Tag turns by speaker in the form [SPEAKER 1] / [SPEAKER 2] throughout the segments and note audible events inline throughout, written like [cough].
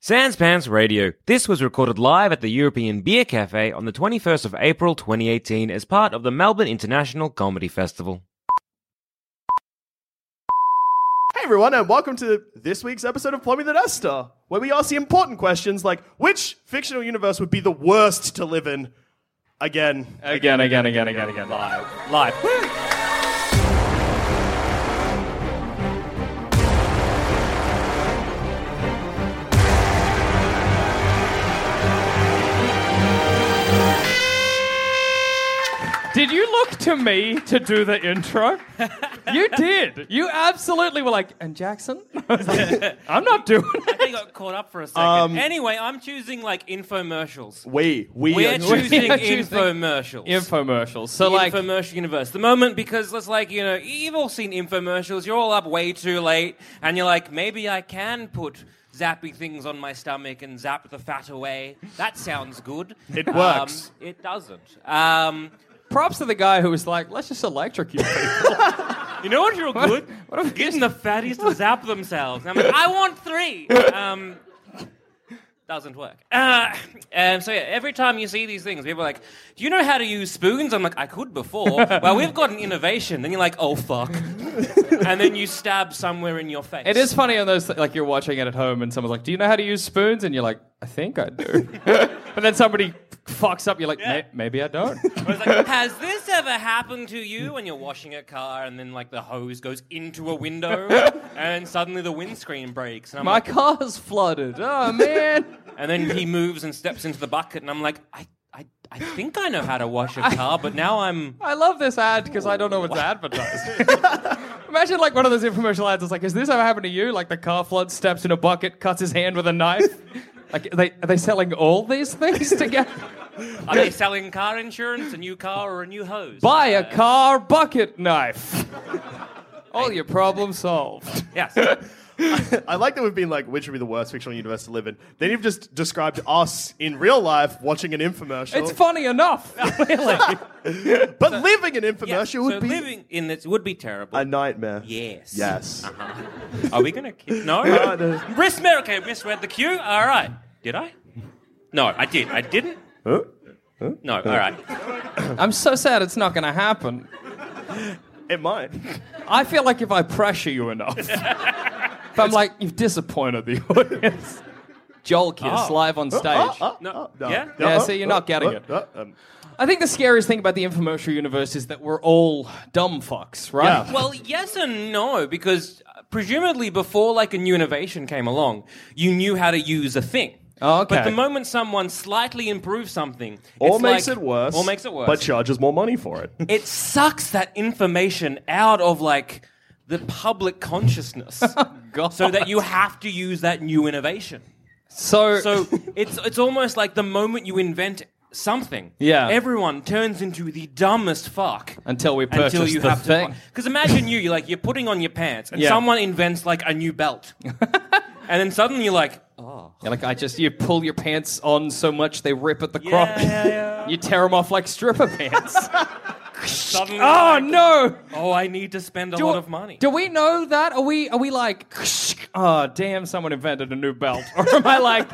[SPEAKER 1] Sans Pants Radio. This was recorded live at the European Beer Cafe on the 21st of April 2018 as part of the Melbourne International Comedy Festival.
[SPEAKER 2] Hey everyone, and welcome to this week's episode of Plumbing the Death Star, where we ask the important questions like which fictional universe would be the worst to live in? Again.
[SPEAKER 3] Again, again, again, again, again. Live. Live. Woo! Did you look to me to do the [laughs] intro? You did. You absolutely were like, and Jackson? [laughs] I was like, I'm not doing
[SPEAKER 4] I think I got caught up for a second. anyway, I'm choosing like infomercials.
[SPEAKER 2] We, we,
[SPEAKER 4] We're choosing
[SPEAKER 3] are choosing
[SPEAKER 4] infomercials.
[SPEAKER 3] infomercials. So,
[SPEAKER 4] The
[SPEAKER 3] like,
[SPEAKER 4] infomercial universe. The moment because it's like you know you've all seen infomercials. You're all up way too late, and you're like, maybe I can put zappy things on my stomach and zap the fat away. That sounds good.
[SPEAKER 2] It works.
[SPEAKER 4] Um, it doesn't. Um,
[SPEAKER 3] props to the guy who was like, let's just electrocute people.
[SPEAKER 4] you know what? You're good.
[SPEAKER 3] what if we
[SPEAKER 4] Getting the fatties to zap themselves. And I'm like, I want
[SPEAKER 3] [laughs]
[SPEAKER 4] three. Um, doesn't work. Uh, and so yeah, every time you see these things, people are like, "Do you know how to use spoons?" I'm like, "I could before." well, we've got an innovation. Then you're like,
[SPEAKER 3] [laughs]
[SPEAKER 4] "Oh fuck," and then you stab somewhere in your face.
[SPEAKER 3] It is funny on those, like you're watching it at home and someone's like, "Do you know how to use spoons?" And you're like, "I think I [laughs] do," but then somebody fucks up. You're like, "May- "Maybe I [laughs] don't."
[SPEAKER 4] I was like, "Has this ever happened to you?" When you're washing a car, and then like the hose goes into a
[SPEAKER 3] [laughs]
[SPEAKER 4] window, and suddenly the windscreen breaks. And I'm
[SPEAKER 3] My
[SPEAKER 4] like,
[SPEAKER 3] car's flooded. Oh man!
[SPEAKER 4] And then he moves and steps into the bucket, and I'm like, I, I, I think I know how to wash a car, but now I'm.
[SPEAKER 3] I love this ad because I don't know what's advertised. Imagine like one of those infomercial ads. It's like, "Has this ever happened to you?" Like the car floods, steps in a bucket, cuts his hand with a [laughs] knife. Like, are they are they selling all these things together?
[SPEAKER 4] [laughs] Are they selling car insurance, a new car, or a new hose?
[SPEAKER 3] Buy a car bucket knife. All your problems solved.
[SPEAKER 4] Yes.
[SPEAKER 2] [laughs] I like that we've been like, which would be the worst fictional universe to live in? Then you've just described us in real life watching an infomercial.
[SPEAKER 3] It's funny enough. [laughs] Really.
[SPEAKER 2] But living an infomercial
[SPEAKER 4] Yeah,
[SPEAKER 2] would
[SPEAKER 4] so
[SPEAKER 2] be
[SPEAKER 4] living in this would be terrible.
[SPEAKER 2] a nightmare.
[SPEAKER 4] Yes. Ah.
[SPEAKER 2] Yes.
[SPEAKER 4] Are we gonna? Keep... No.
[SPEAKER 2] no.
[SPEAKER 4] Misread. Okay, misread the cue. All right. Did I? No, I did. I didn't. No. All right.
[SPEAKER 3] I'm so sad it's not going to happen.
[SPEAKER 2] It might.
[SPEAKER 3] I feel like if I pressure you
[SPEAKER 4] [laughs]
[SPEAKER 3] enough, if I'm like, you've disappointed the audience. Joel Kiss
[SPEAKER 4] Oh.
[SPEAKER 3] live on stage.
[SPEAKER 4] No. Yeah.
[SPEAKER 3] Yeah, see, you're not getting
[SPEAKER 2] uh,
[SPEAKER 3] it.
[SPEAKER 2] uh, um,
[SPEAKER 3] I think the scariest thing about the infomercial universe is that we're all dumb fucks, right?
[SPEAKER 2] Yeah.
[SPEAKER 4] Well, yes and no, because presumably before like a new innovation came along, you knew how to use a thing.
[SPEAKER 3] Oh, okay.
[SPEAKER 4] But the moment someone slightly improves something,
[SPEAKER 2] or
[SPEAKER 4] it's
[SPEAKER 2] makes
[SPEAKER 4] like-
[SPEAKER 2] it worse.
[SPEAKER 4] or makes it worse,
[SPEAKER 2] But charges more money for it.
[SPEAKER 4] it sucks that information out of like the
[SPEAKER 2] [laughs]
[SPEAKER 4] public consciousness,
[SPEAKER 2] Oh,
[SPEAKER 3] God.
[SPEAKER 4] so that you have to use that new innovation.
[SPEAKER 3] So,
[SPEAKER 2] [laughs]
[SPEAKER 4] So it's it's almost like the moment you invent something,
[SPEAKER 3] Yeah.
[SPEAKER 4] everyone turns into the dumbest fuck
[SPEAKER 3] [laughs] Until we
[SPEAKER 4] until
[SPEAKER 3] purchase
[SPEAKER 4] you
[SPEAKER 3] the
[SPEAKER 4] have [laughs]
[SPEAKER 3] thing.
[SPEAKER 4] Because imagine you, you're like you're putting on your pants, and
[SPEAKER 3] Yeah.
[SPEAKER 4] someone invents like a
[SPEAKER 3] [laughs]
[SPEAKER 4] new belt, and then suddenly you're like, oh,
[SPEAKER 3] You're like I just you pull your pants on so much they rip at the
[SPEAKER 4] yeah,
[SPEAKER 3] crop.
[SPEAKER 4] yeah,
[SPEAKER 3] [laughs]
[SPEAKER 4] yeah.
[SPEAKER 3] You tear them off like stripper
[SPEAKER 4] [laughs]
[SPEAKER 3] pants.
[SPEAKER 4] suddenly,
[SPEAKER 3] oh
[SPEAKER 4] like,
[SPEAKER 3] no!
[SPEAKER 4] oh, I need to spend a
[SPEAKER 3] Do-
[SPEAKER 4] lot of money.
[SPEAKER 3] Do we know [laughs] that? Are we are we like, oh damn, someone invented a new belt, or am I like,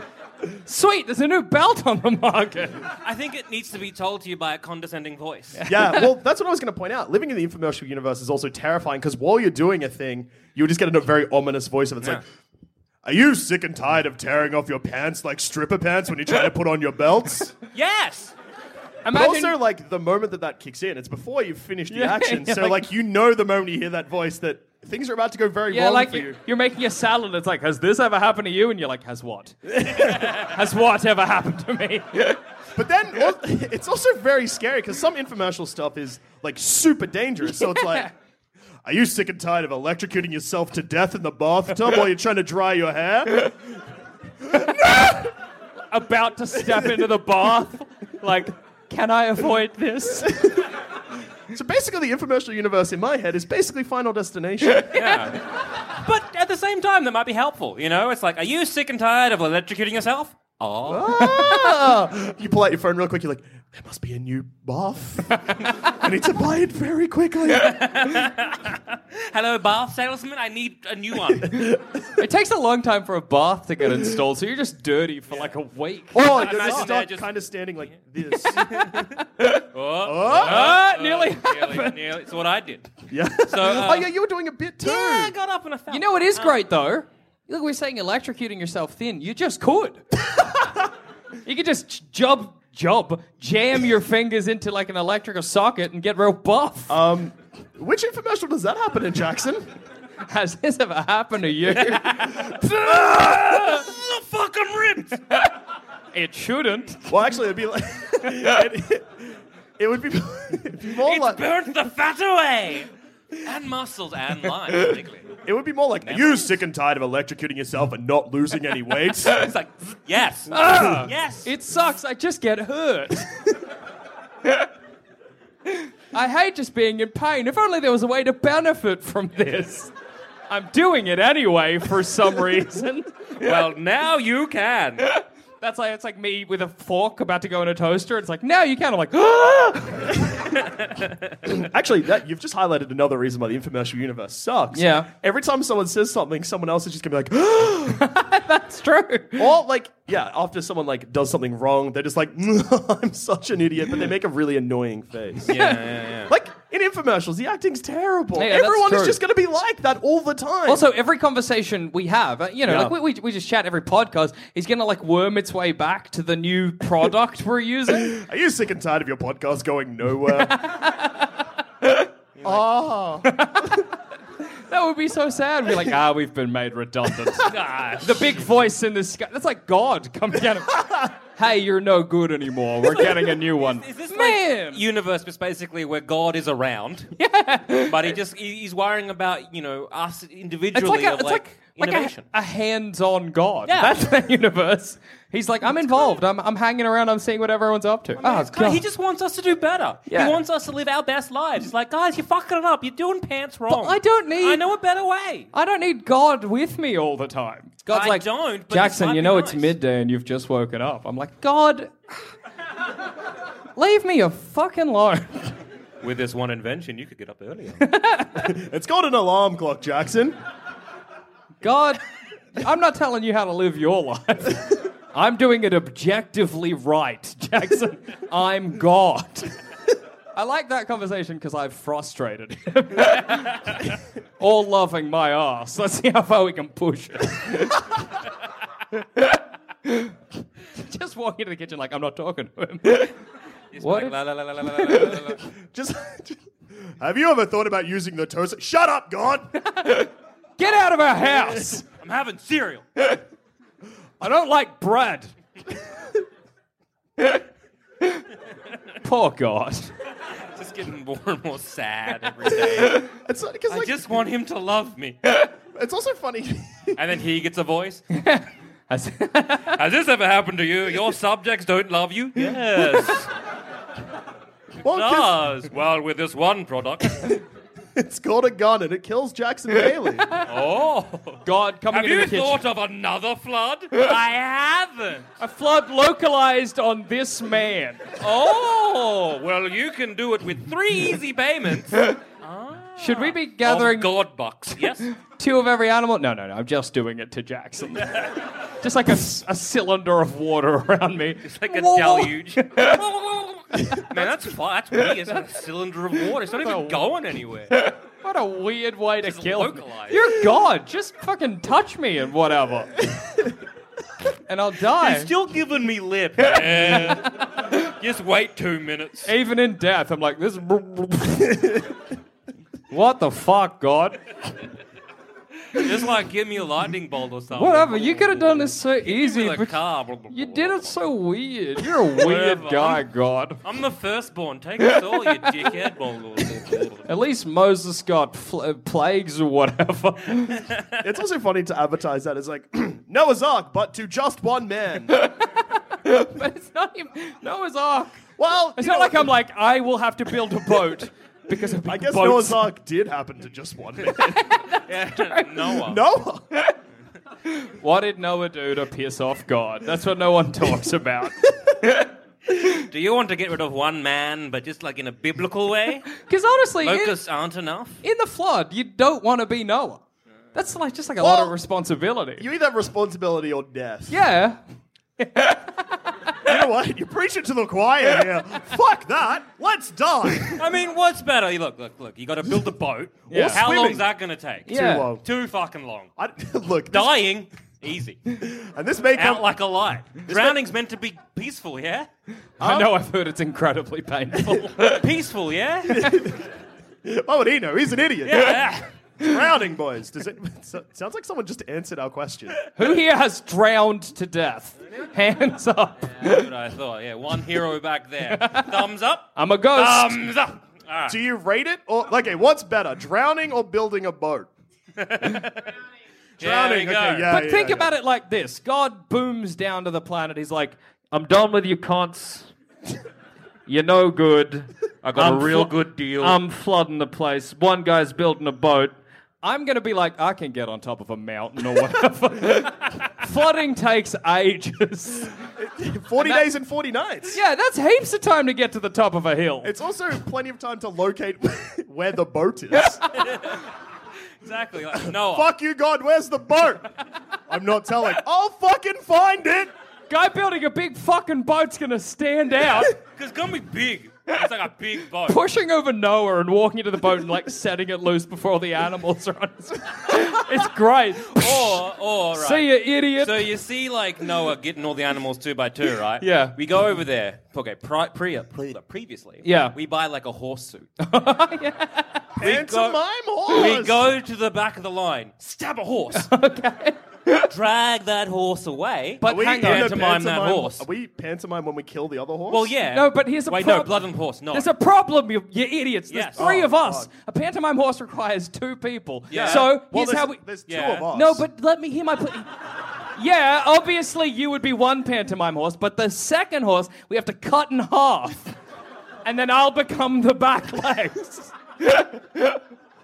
[SPEAKER 3] Sweet, there's a new belt on the market.
[SPEAKER 4] I think it needs to be told to you by a condescending [laughs] voice.
[SPEAKER 2] yeah, well, that's what I was going to point out. Living in the infomercial universe is also terrifying because while you're doing a thing, you just get a very ominous voice of it's like, "Are you sick and tired of tearing off your pants like stripper pants when you try to put on your
[SPEAKER 3] [laughs]
[SPEAKER 2] belts?"
[SPEAKER 4] Yes.
[SPEAKER 2] But
[SPEAKER 3] Imagine
[SPEAKER 2] also, like the moment that that kicks in, it's before you've finished the
[SPEAKER 3] Yeah, [laughs]
[SPEAKER 2] action.
[SPEAKER 3] yeah,
[SPEAKER 2] so,
[SPEAKER 3] like-
[SPEAKER 2] like, you know, the moment you hear that voice, that things are about to go very
[SPEAKER 3] Yeah,
[SPEAKER 2] wrong
[SPEAKER 3] like
[SPEAKER 2] for
[SPEAKER 3] you,
[SPEAKER 2] you.
[SPEAKER 3] you're making a salad. It's like, has this ever happened to you? And you're like, has
[SPEAKER 4] [laughs]
[SPEAKER 3] what? has what ever happened to me? [laughs]
[SPEAKER 2] But then al- [laughs] it's also very scary because some infomercial stuff is like super dangerous. So it's like, are you sick and tired of electrocuting yourself to death in the bathtub while you're trying to dry your hair?
[SPEAKER 3] About to step into the bath. Like, can I avoid
[SPEAKER 4] [laughs]
[SPEAKER 3] this?
[SPEAKER 2] So basically, the infomercial universe in my head is basically Final
[SPEAKER 4] [laughs]
[SPEAKER 2] Destination.
[SPEAKER 4] But at the same time, that might be helpful. You know, it's like, are you sick and tired of electrocuting yourself? Oh,
[SPEAKER 2] Ah! you pull out your phone real quick. You're like, there must be a new
[SPEAKER 4] [laughs]
[SPEAKER 2] bath. I need to buy it very quickly. Oh,
[SPEAKER 4] hello, bath salesman. I need a
[SPEAKER 3] [laughs]
[SPEAKER 4] new one.
[SPEAKER 3] It takes a long time for a bath to get installed, so you're just dirty for like a week.
[SPEAKER 2] Oh, you're just
[SPEAKER 4] Imagine they're
[SPEAKER 2] stuck,
[SPEAKER 4] just-
[SPEAKER 2] kind of standing
[SPEAKER 4] [laughs]
[SPEAKER 2] like this.
[SPEAKER 3] Ah, nearly.
[SPEAKER 4] nearly, nearly. It's what I did.
[SPEAKER 2] yeah.
[SPEAKER 4] So, uh,
[SPEAKER 2] oh yeah, you were doing a bit too.
[SPEAKER 4] yeah, I got up and I fell.
[SPEAKER 3] You know what is great though? Look, we're saying electrocuting yourself thin. You just could. [laughs] you could just j- job, job, jam your fingers into like an electrical socket and get real buff.
[SPEAKER 2] Which infomercial does that happen in, Jackson?
[SPEAKER 3] Has this ever happened to you?
[SPEAKER 4] I'm fucking ripped.
[SPEAKER 3] [laughs] it shouldn't.
[SPEAKER 2] well, actually, it'd
[SPEAKER 3] [laughs]
[SPEAKER 2] be like [laughs] it, it would be, [laughs] it'd be more
[SPEAKER 4] It's
[SPEAKER 2] like
[SPEAKER 4] burnt the fat away. And muscles [laughs] and lines, particularly.
[SPEAKER 2] it would be more like you sick and tired of electrocuting yourself and not losing
[SPEAKER 3] [laughs]
[SPEAKER 2] any weight.
[SPEAKER 4] It's like, zzz, yes. yes.
[SPEAKER 3] Ah! It sucks. I just get hurt. I hate just being in pain. If only there was a way to benefit from this. I'm doing it anyway for some reason.
[SPEAKER 4] well, now you can.
[SPEAKER 3] That's like it's like me with a fork about to go in a toaster. It's like now you can. I'm like, ah! [laughs]
[SPEAKER 2] actually, that, you've just highlighted another reason why the infomercial universe sucks.
[SPEAKER 3] Yeah.
[SPEAKER 2] Every time someone says something, someone else is just gonna be like, [gasps]
[SPEAKER 3] it's true.
[SPEAKER 2] or like, yeah, after someone like does something wrong, they're just like, [laughs] I'm such an idiot, but they make a really annoying face. Like in infomercials, the acting's terrible.
[SPEAKER 3] Yeah, that's
[SPEAKER 2] Everyone
[SPEAKER 3] true.
[SPEAKER 2] is just going to be like that all the
[SPEAKER 3] [laughs]
[SPEAKER 2] time.
[SPEAKER 3] Also, every conversation we have, uh, you know,
[SPEAKER 2] Yeah.
[SPEAKER 3] like we, we, we just chat every podcast, is going to like worm its way back to the new product we're using.
[SPEAKER 2] are you sick and tired of your podcast going nowhere?
[SPEAKER 3] [laughs] That would be so sad. We're like, ah, we've been made redundant. the [laughs] big voice in the sky. That's like God coming at him. [laughs] hey, you're no good anymore. We're getting a new one.
[SPEAKER 4] Is this
[SPEAKER 3] Man.
[SPEAKER 4] like universe is basically where God is around?
[SPEAKER 3] [laughs]
[SPEAKER 4] But he just he- he's worrying about, you know, us
[SPEAKER 3] It's
[SPEAKER 4] individually
[SPEAKER 3] like a,
[SPEAKER 4] of
[SPEAKER 3] it's
[SPEAKER 4] like,
[SPEAKER 3] like, like a,
[SPEAKER 4] innovation.
[SPEAKER 3] a hands-on God.
[SPEAKER 4] Yeah.
[SPEAKER 3] That's the [laughs] universe. He's like, I'm involved. I'm, I'm hanging around. I'm seeing what everyone's up to. Oh,
[SPEAKER 4] It's kinda-
[SPEAKER 3] God.
[SPEAKER 4] he just wants us to do better.
[SPEAKER 3] Yeah.
[SPEAKER 4] He wants us to live our best lives. He's like, guys, you're fucking it up. You're doing pants wrong.
[SPEAKER 3] I don't need-
[SPEAKER 4] I know a better way.
[SPEAKER 3] I don't need God with me all the time. God's
[SPEAKER 4] I
[SPEAKER 3] like,
[SPEAKER 4] don't, but this
[SPEAKER 3] Jackson,
[SPEAKER 4] might
[SPEAKER 3] you
[SPEAKER 4] be
[SPEAKER 3] know it's
[SPEAKER 4] nice."
[SPEAKER 3] midday and you've just woken up. I'm like, God, [laughs] leave me a fucking alone.
[SPEAKER 4] With this one invention, you could get up [laughs] earlier.
[SPEAKER 2] it's called an alarm clock, Jackson.
[SPEAKER 3] God, I'm not telling you how to live your life. I'm doing it objectively right, Jackson. I'm God. I like that conversation because I've frustrated him. [laughs] All loving my ass. Let's see how far we can push it. [laughs] Just walk into the kitchen like I'm not talking to him. What? if-
[SPEAKER 2] Just. Have you ever thought about using the toaster? Shut up, God!
[SPEAKER 3] Get out of our house.
[SPEAKER 4] [laughs] I'm having cereal.
[SPEAKER 3] I don't like bread. [laughs] Poor God.
[SPEAKER 4] Just getting [laughs] more and more sad every day.
[SPEAKER 2] It's, not- 'cause,
[SPEAKER 4] I
[SPEAKER 2] like,
[SPEAKER 4] just want him to love me.
[SPEAKER 2] it's also funny. [laughs]
[SPEAKER 4] And then he gets a [laughs] voice.
[SPEAKER 3] I s-
[SPEAKER 4] Has this ever happened to you? Your subjects don't love you? [laughs] Yes.
[SPEAKER 2] well, 'cause
[SPEAKER 4] Does. Well, with this one [laughs] product.
[SPEAKER 2] it's called a gun and it kills Jackson Bailey.
[SPEAKER 4] Oh.
[SPEAKER 3] God coming
[SPEAKER 4] Have
[SPEAKER 3] into
[SPEAKER 4] you
[SPEAKER 3] the kitchen.
[SPEAKER 4] thought of another flood? I haven't.
[SPEAKER 3] A flood localized on this man.
[SPEAKER 4] [laughs] Oh. Well, you can do it with three easy payments.
[SPEAKER 3] Should we be
[SPEAKER 4] Gathering
[SPEAKER 3] gathering
[SPEAKER 4] God box. [laughs] Yes.
[SPEAKER 3] two of every animal? No, no, no. I'm just doing it to
[SPEAKER 4] [laughs]
[SPEAKER 3] Jackson. just like a, s- a cylinder of water around me.
[SPEAKER 4] It's like a
[SPEAKER 3] Whoa, whoa.
[SPEAKER 4] [laughs] deluge. Man, that's fun. That's weird. It's like a cylinder of water. It's not even going anywhere.
[SPEAKER 3] What a weird way to
[SPEAKER 4] Just
[SPEAKER 3] kill
[SPEAKER 4] localize.
[SPEAKER 3] me. You're God. Just fucking touch me and
[SPEAKER 4] [laughs]
[SPEAKER 3] whatever. and I'll die.
[SPEAKER 4] It's still giving me [laughs] lip. Just wait two minutes.
[SPEAKER 3] Even in death, I'm like, this. [laughs] what the fuck, God?
[SPEAKER 4] Just like give me a lightning bolt or something.
[SPEAKER 3] Whatever. You could have done this so easy,
[SPEAKER 4] With a
[SPEAKER 3] but
[SPEAKER 4] car.
[SPEAKER 3] you did it so weird.
[SPEAKER 2] [laughs]
[SPEAKER 3] You're a weird
[SPEAKER 4] Whatever.
[SPEAKER 3] guy, God.
[SPEAKER 4] I'm the firstborn. Take us all, you dickhead. [laughs]
[SPEAKER 3] At least Moses got fl- plagues or
[SPEAKER 2] [laughs]
[SPEAKER 3] whatever.
[SPEAKER 2] It's also funny to advertise that as like [clears throat] Noah's Ark, but to just one man.
[SPEAKER 3] but it's not even Noah's Ark.
[SPEAKER 2] Well,
[SPEAKER 3] It's
[SPEAKER 2] you
[SPEAKER 3] not
[SPEAKER 2] know,
[SPEAKER 3] like I'm like I will have to build a boat because of big
[SPEAKER 2] [laughs] I guess
[SPEAKER 3] boats.
[SPEAKER 2] Noah's Ark did happen to just one man. [laughs]
[SPEAKER 4] Noah.
[SPEAKER 2] Noah.
[SPEAKER 3] What did Noah do to piss off God? That's what no one [laughs] talks
[SPEAKER 2] [laughs]
[SPEAKER 3] about.
[SPEAKER 4] Do you want to get rid of one man, but just like in a biblical
[SPEAKER 3] [laughs]
[SPEAKER 4] way?
[SPEAKER 3] Because honestly, in,
[SPEAKER 4] Locusts
[SPEAKER 3] [laughs]
[SPEAKER 4] aren't enough.
[SPEAKER 3] in the flood, you don't want to be Noah. That's like just like a lot of
[SPEAKER 2] Well,
[SPEAKER 3] responsibility.
[SPEAKER 2] You either have responsibility or death.
[SPEAKER 3] yeah.
[SPEAKER 2] You know what? You're preaching to the choir here. Fuck that. Let's die.
[SPEAKER 4] [laughs] I mean, what's better? You Look, look, look. You got to build a boat.
[SPEAKER 2] Yeah.
[SPEAKER 4] How
[SPEAKER 2] Swimming.
[SPEAKER 4] long's that going to take?
[SPEAKER 3] Yeah.
[SPEAKER 2] Too long.
[SPEAKER 4] Too fucking long.
[SPEAKER 2] I, [laughs] look, this,
[SPEAKER 4] Dying, easy.
[SPEAKER 2] and this may come
[SPEAKER 4] Out like a light. Drowning's meant to be peaceful, yeah?
[SPEAKER 3] I know I've heard it's incredibly painful. [laughs]
[SPEAKER 4] Peaceful, [laughs] yeah?
[SPEAKER 2] Why would Oh, he know? He's an idiot.
[SPEAKER 4] yeah.
[SPEAKER 2] Drowning, boys. Does it, [laughs] so- sounds like someone just answered our question.
[SPEAKER 3] Who here has drowned to death? Hands up.
[SPEAKER 4] That's what I thought. Yeah, one hero back there. Thumbs up.
[SPEAKER 3] I'm a ghost.
[SPEAKER 2] Um,
[SPEAKER 4] Thumbs up. All right.
[SPEAKER 2] Do you rate it or okay? What's better, drowning or building a boat? Drowning.
[SPEAKER 4] There we
[SPEAKER 2] okay,
[SPEAKER 4] go.
[SPEAKER 2] yeah,
[SPEAKER 3] but
[SPEAKER 2] yeah,
[SPEAKER 3] think
[SPEAKER 2] yeah.
[SPEAKER 3] about it like this God booms down to the planet. He's like, I'm done with you cons. [laughs] You're no good. I
[SPEAKER 4] got a real good deal."
[SPEAKER 3] I'm flooding the place. One guy's building a boat. I'm going to be like, I can get on top of a mountain or whatever. [laughs] Flooding takes ages.
[SPEAKER 2] Forty days and forty nights.
[SPEAKER 3] Yeah, that's heaps of time to get to the top of a hill.
[SPEAKER 2] It's also plenty of time to locate [laughs] where the boat is.
[SPEAKER 4] Exactly. Like
[SPEAKER 2] [laughs]
[SPEAKER 4] Noah.
[SPEAKER 2] Fuck you, God. Where's the boat? I'm not telling. I'll fucking find it.
[SPEAKER 3] Guy building a big fucking boat's going to stand out.
[SPEAKER 4] Because it's going to be big. It's like a big boat.
[SPEAKER 3] pushing over Noah and walking into the boat and like setting it loose before the animals are on. His... it's great.
[SPEAKER 4] [laughs] Or, or, right.
[SPEAKER 3] See you, idiot.
[SPEAKER 4] So you see, like Noah getting all the animals two by two, right?
[SPEAKER 3] Yeah.
[SPEAKER 4] We go over there. Okay, pri- pre- pre- previously.
[SPEAKER 3] Yeah.
[SPEAKER 4] We buy like a horse suit.
[SPEAKER 2] Pantomime horse.
[SPEAKER 4] We go to the back of the line, stab
[SPEAKER 3] [laughs]
[SPEAKER 4] a horse. okay. Drag that horse away.
[SPEAKER 3] But
[SPEAKER 2] Are we
[SPEAKER 3] hang
[SPEAKER 2] in
[SPEAKER 3] on.
[SPEAKER 2] a
[SPEAKER 4] Pantomime that horse.
[SPEAKER 2] Are we pantomime when we kill the other horse?
[SPEAKER 4] well, yeah.
[SPEAKER 3] No, but here's a
[SPEAKER 4] wait.
[SPEAKER 3] prob-
[SPEAKER 4] No, blood and horse. No.
[SPEAKER 3] There's a problem, you, you idiots. There's
[SPEAKER 4] Yes.
[SPEAKER 3] three
[SPEAKER 2] Oh,
[SPEAKER 3] of us.
[SPEAKER 2] God.
[SPEAKER 3] A pantomime horse requires two people.
[SPEAKER 4] Yeah.
[SPEAKER 3] So
[SPEAKER 2] Well,
[SPEAKER 3] here's
[SPEAKER 2] there's,
[SPEAKER 3] how we.
[SPEAKER 2] there's two
[SPEAKER 4] Yeah.
[SPEAKER 2] of us.
[SPEAKER 3] No, but let me hear my. Pl- yeah, obviously you would be one pantomime horse, but the second horse we have to cut in half, and then I'll become the back legs. [laughs]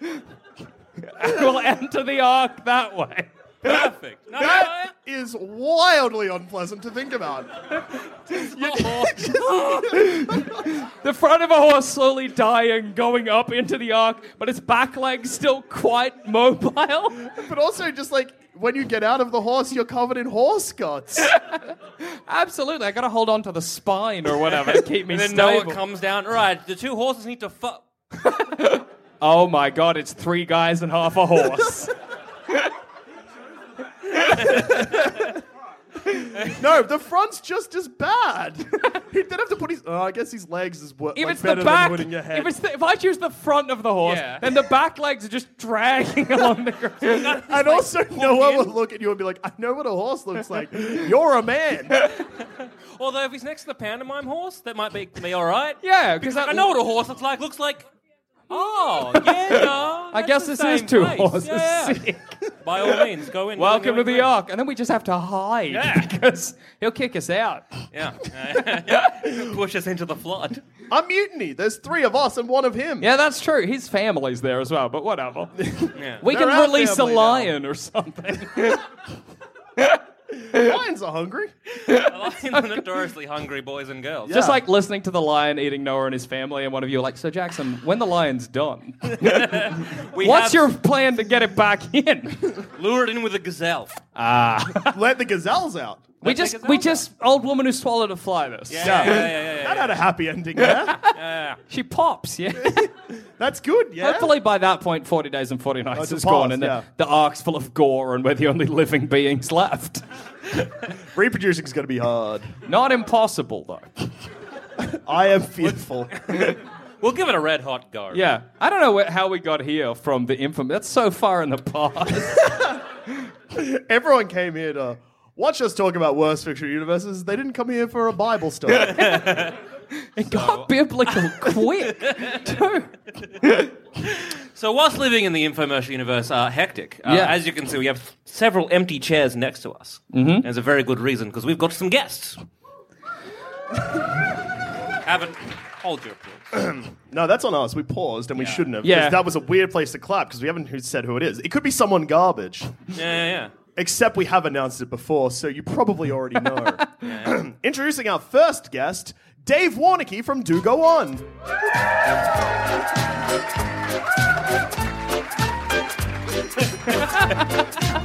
[SPEAKER 3] we'll enter the arc that way. [laughs]
[SPEAKER 4] perfect. No, no,
[SPEAKER 2] that is wildly unpleasant to think about.
[SPEAKER 3] The front of a horse slowly dying, going up into the arc, but its back leg's still quite [laughs] mobile.
[SPEAKER 2] But also, just like when you get out of the horse, you're covered in horse guts.
[SPEAKER 3] Absolutely, I gotta hold on to the spine or whatever to [laughs] keep me
[SPEAKER 4] And then
[SPEAKER 3] stable.
[SPEAKER 4] Noah comes down. All right, the two horses need to fuck.
[SPEAKER 3] oh my god, it's three guys and half a [laughs] horse.
[SPEAKER 2] no, the front's just as bad. [laughs] he did have to put his. Oh, I guess his legs is what.
[SPEAKER 3] If
[SPEAKER 2] like,
[SPEAKER 3] it's the
[SPEAKER 2] better
[SPEAKER 3] back,
[SPEAKER 2] than putting your head.
[SPEAKER 3] if it's the, if I choose the front of the horse,
[SPEAKER 4] Yeah.
[SPEAKER 3] then the back legs are just dragging [laughs] along the ground. [laughs]
[SPEAKER 2] and also, no one would look at you and be like, "I know what a horse looks like. You're a man."
[SPEAKER 4] Although if he's next to the pantomime horse, that might be, be all right.
[SPEAKER 3] Yeah,
[SPEAKER 4] because
[SPEAKER 3] because
[SPEAKER 4] like,
[SPEAKER 3] that-
[SPEAKER 4] I know what a horse looks like. Looks like. Oh yeah. No,
[SPEAKER 3] [laughs] I
[SPEAKER 4] that's
[SPEAKER 3] guess
[SPEAKER 4] the
[SPEAKER 3] this is
[SPEAKER 4] same
[SPEAKER 3] two
[SPEAKER 4] place.
[SPEAKER 3] horses.
[SPEAKER 4] Yeah, yeah. By all means, go
[SPEAKER 3] [laughs]
[SPEAKER 4] in.
[SPEAKER 3] Welcome
[SPEAKER 4] go
[SPEAKER 3] to
[SPEAKER 4] in, go in,
[SPEAKER 3] the
[SPEAKER 4] go in.
[SPEAKER 3] arc, and then we just have to hide [laughs]
[SPEAKER 4] Yeah.
[SPEAKER 3] because he'll kick us out. [laughs]
[SPEAKER 4] Yeah. [laughs] Push us into the flood.
[SPEAKER 2] A mutiny. There's three of us and one of him.
[SPEAKER 3] Yeah, that's true. His family's there as well, but whatever.
[SPEAKER 4] Yeah.
[SPEAKER 3] We
[SPEAKER 2] They're
[SPEAKER 3] can
[SPEAKER 2] our
[SPEAKER 3] release a
[SPEAKER 2] family now.
[SPEAKER 3] lion or something.
[SPEAKER 2] Lions are hungry.
[SPEAKER 4] Aliens are notoriously hungry boys and girls.
[SPEAKER 3] Just like listening to the lion eating Noah and his family, and one of you are like, "So Jackson, when the lion's done,
[SPEAKER 4] We
[SPEAKER 3] what's
[SPEAKER 4] have
[SPEAKER 3] your plan to get it back in?"
[SPEAKER 4] lured in with a gazelle?
[SPEAKER 2] Let the gazelles out.
[SPEAKER 3] we
[SPEAKER 4] take
[SPEAKER 3] just,
[SPEAKER 4] us
[SPEAKER 3] we
[SPEAKER 4] out.
[SPEAKER 3] just, old woman who swallowed a fly. This,
[SPEAKER 4] Yeah, yeah, yeah, yeah, yeah.
[SPEAKER 2] That had a happy ending there.
[SPEAKER 3] she pops. Yeah.
[SPEAKER 2] That's good, yeah.
[SPEAKER 3] Hopefully by that point, forty days and forty nights
[SPEAKER 2] it's
[SPEAKER 3] is
[SPEAKER 2] past,
[SPEAKER 3] gone, and the-
[SPEAKER 2] yeah.
[SPEAKER 3] the, ark's full of gore, and we're the only living beings left.
[SPEAKER 2] Reproducing is going to be hard.
[SPEAKER 3] Not impossible though.
[SPEAKER 2] I am fearful.
[SPEAKER 4] We'll give it a red hot go.
[SPEAKER 3] Yeah, I don't know wh- how we got here from the infam. That's so far in the past.
[SPEAKER 2] Everyone came here to watch us talk about worst fictional universes. They didn't come here for a Bible
[SPEAKER 5] [laughs]
[SPEAKER 2] study.
[SPEAKER 3] It got [laughs] biblical quick, too.
[SPEAKER 4] So whilst living in the infomercial universe are hectic, uh,
[SPEAKER 3] Yeah.
[SPEAKER 4] as you can see, we have several empty chairs next to us. Mm-hmm. There's a very good reason because we've got some guests. Haven't hold your applause.
[SPEAKER 3] [coughs]
[SPEAKER 2] no, that's on us. We paused and we shouldn't have. 'cause
[SPEAKER 3] Yeah.
[SPEAKER 2] That was a weird place to clap because we haven't who- said who it is. It could be someone garbage.
[SPEAKER 4] Yeah, yeah,
[SPEAKER 2] Except we have announced it before, so you probably
[SPEAKER 5] [laughs]
[SPEAKER 2] already know. [clears throat] Introducing our first guest, Dave Warnicky from Do Go On.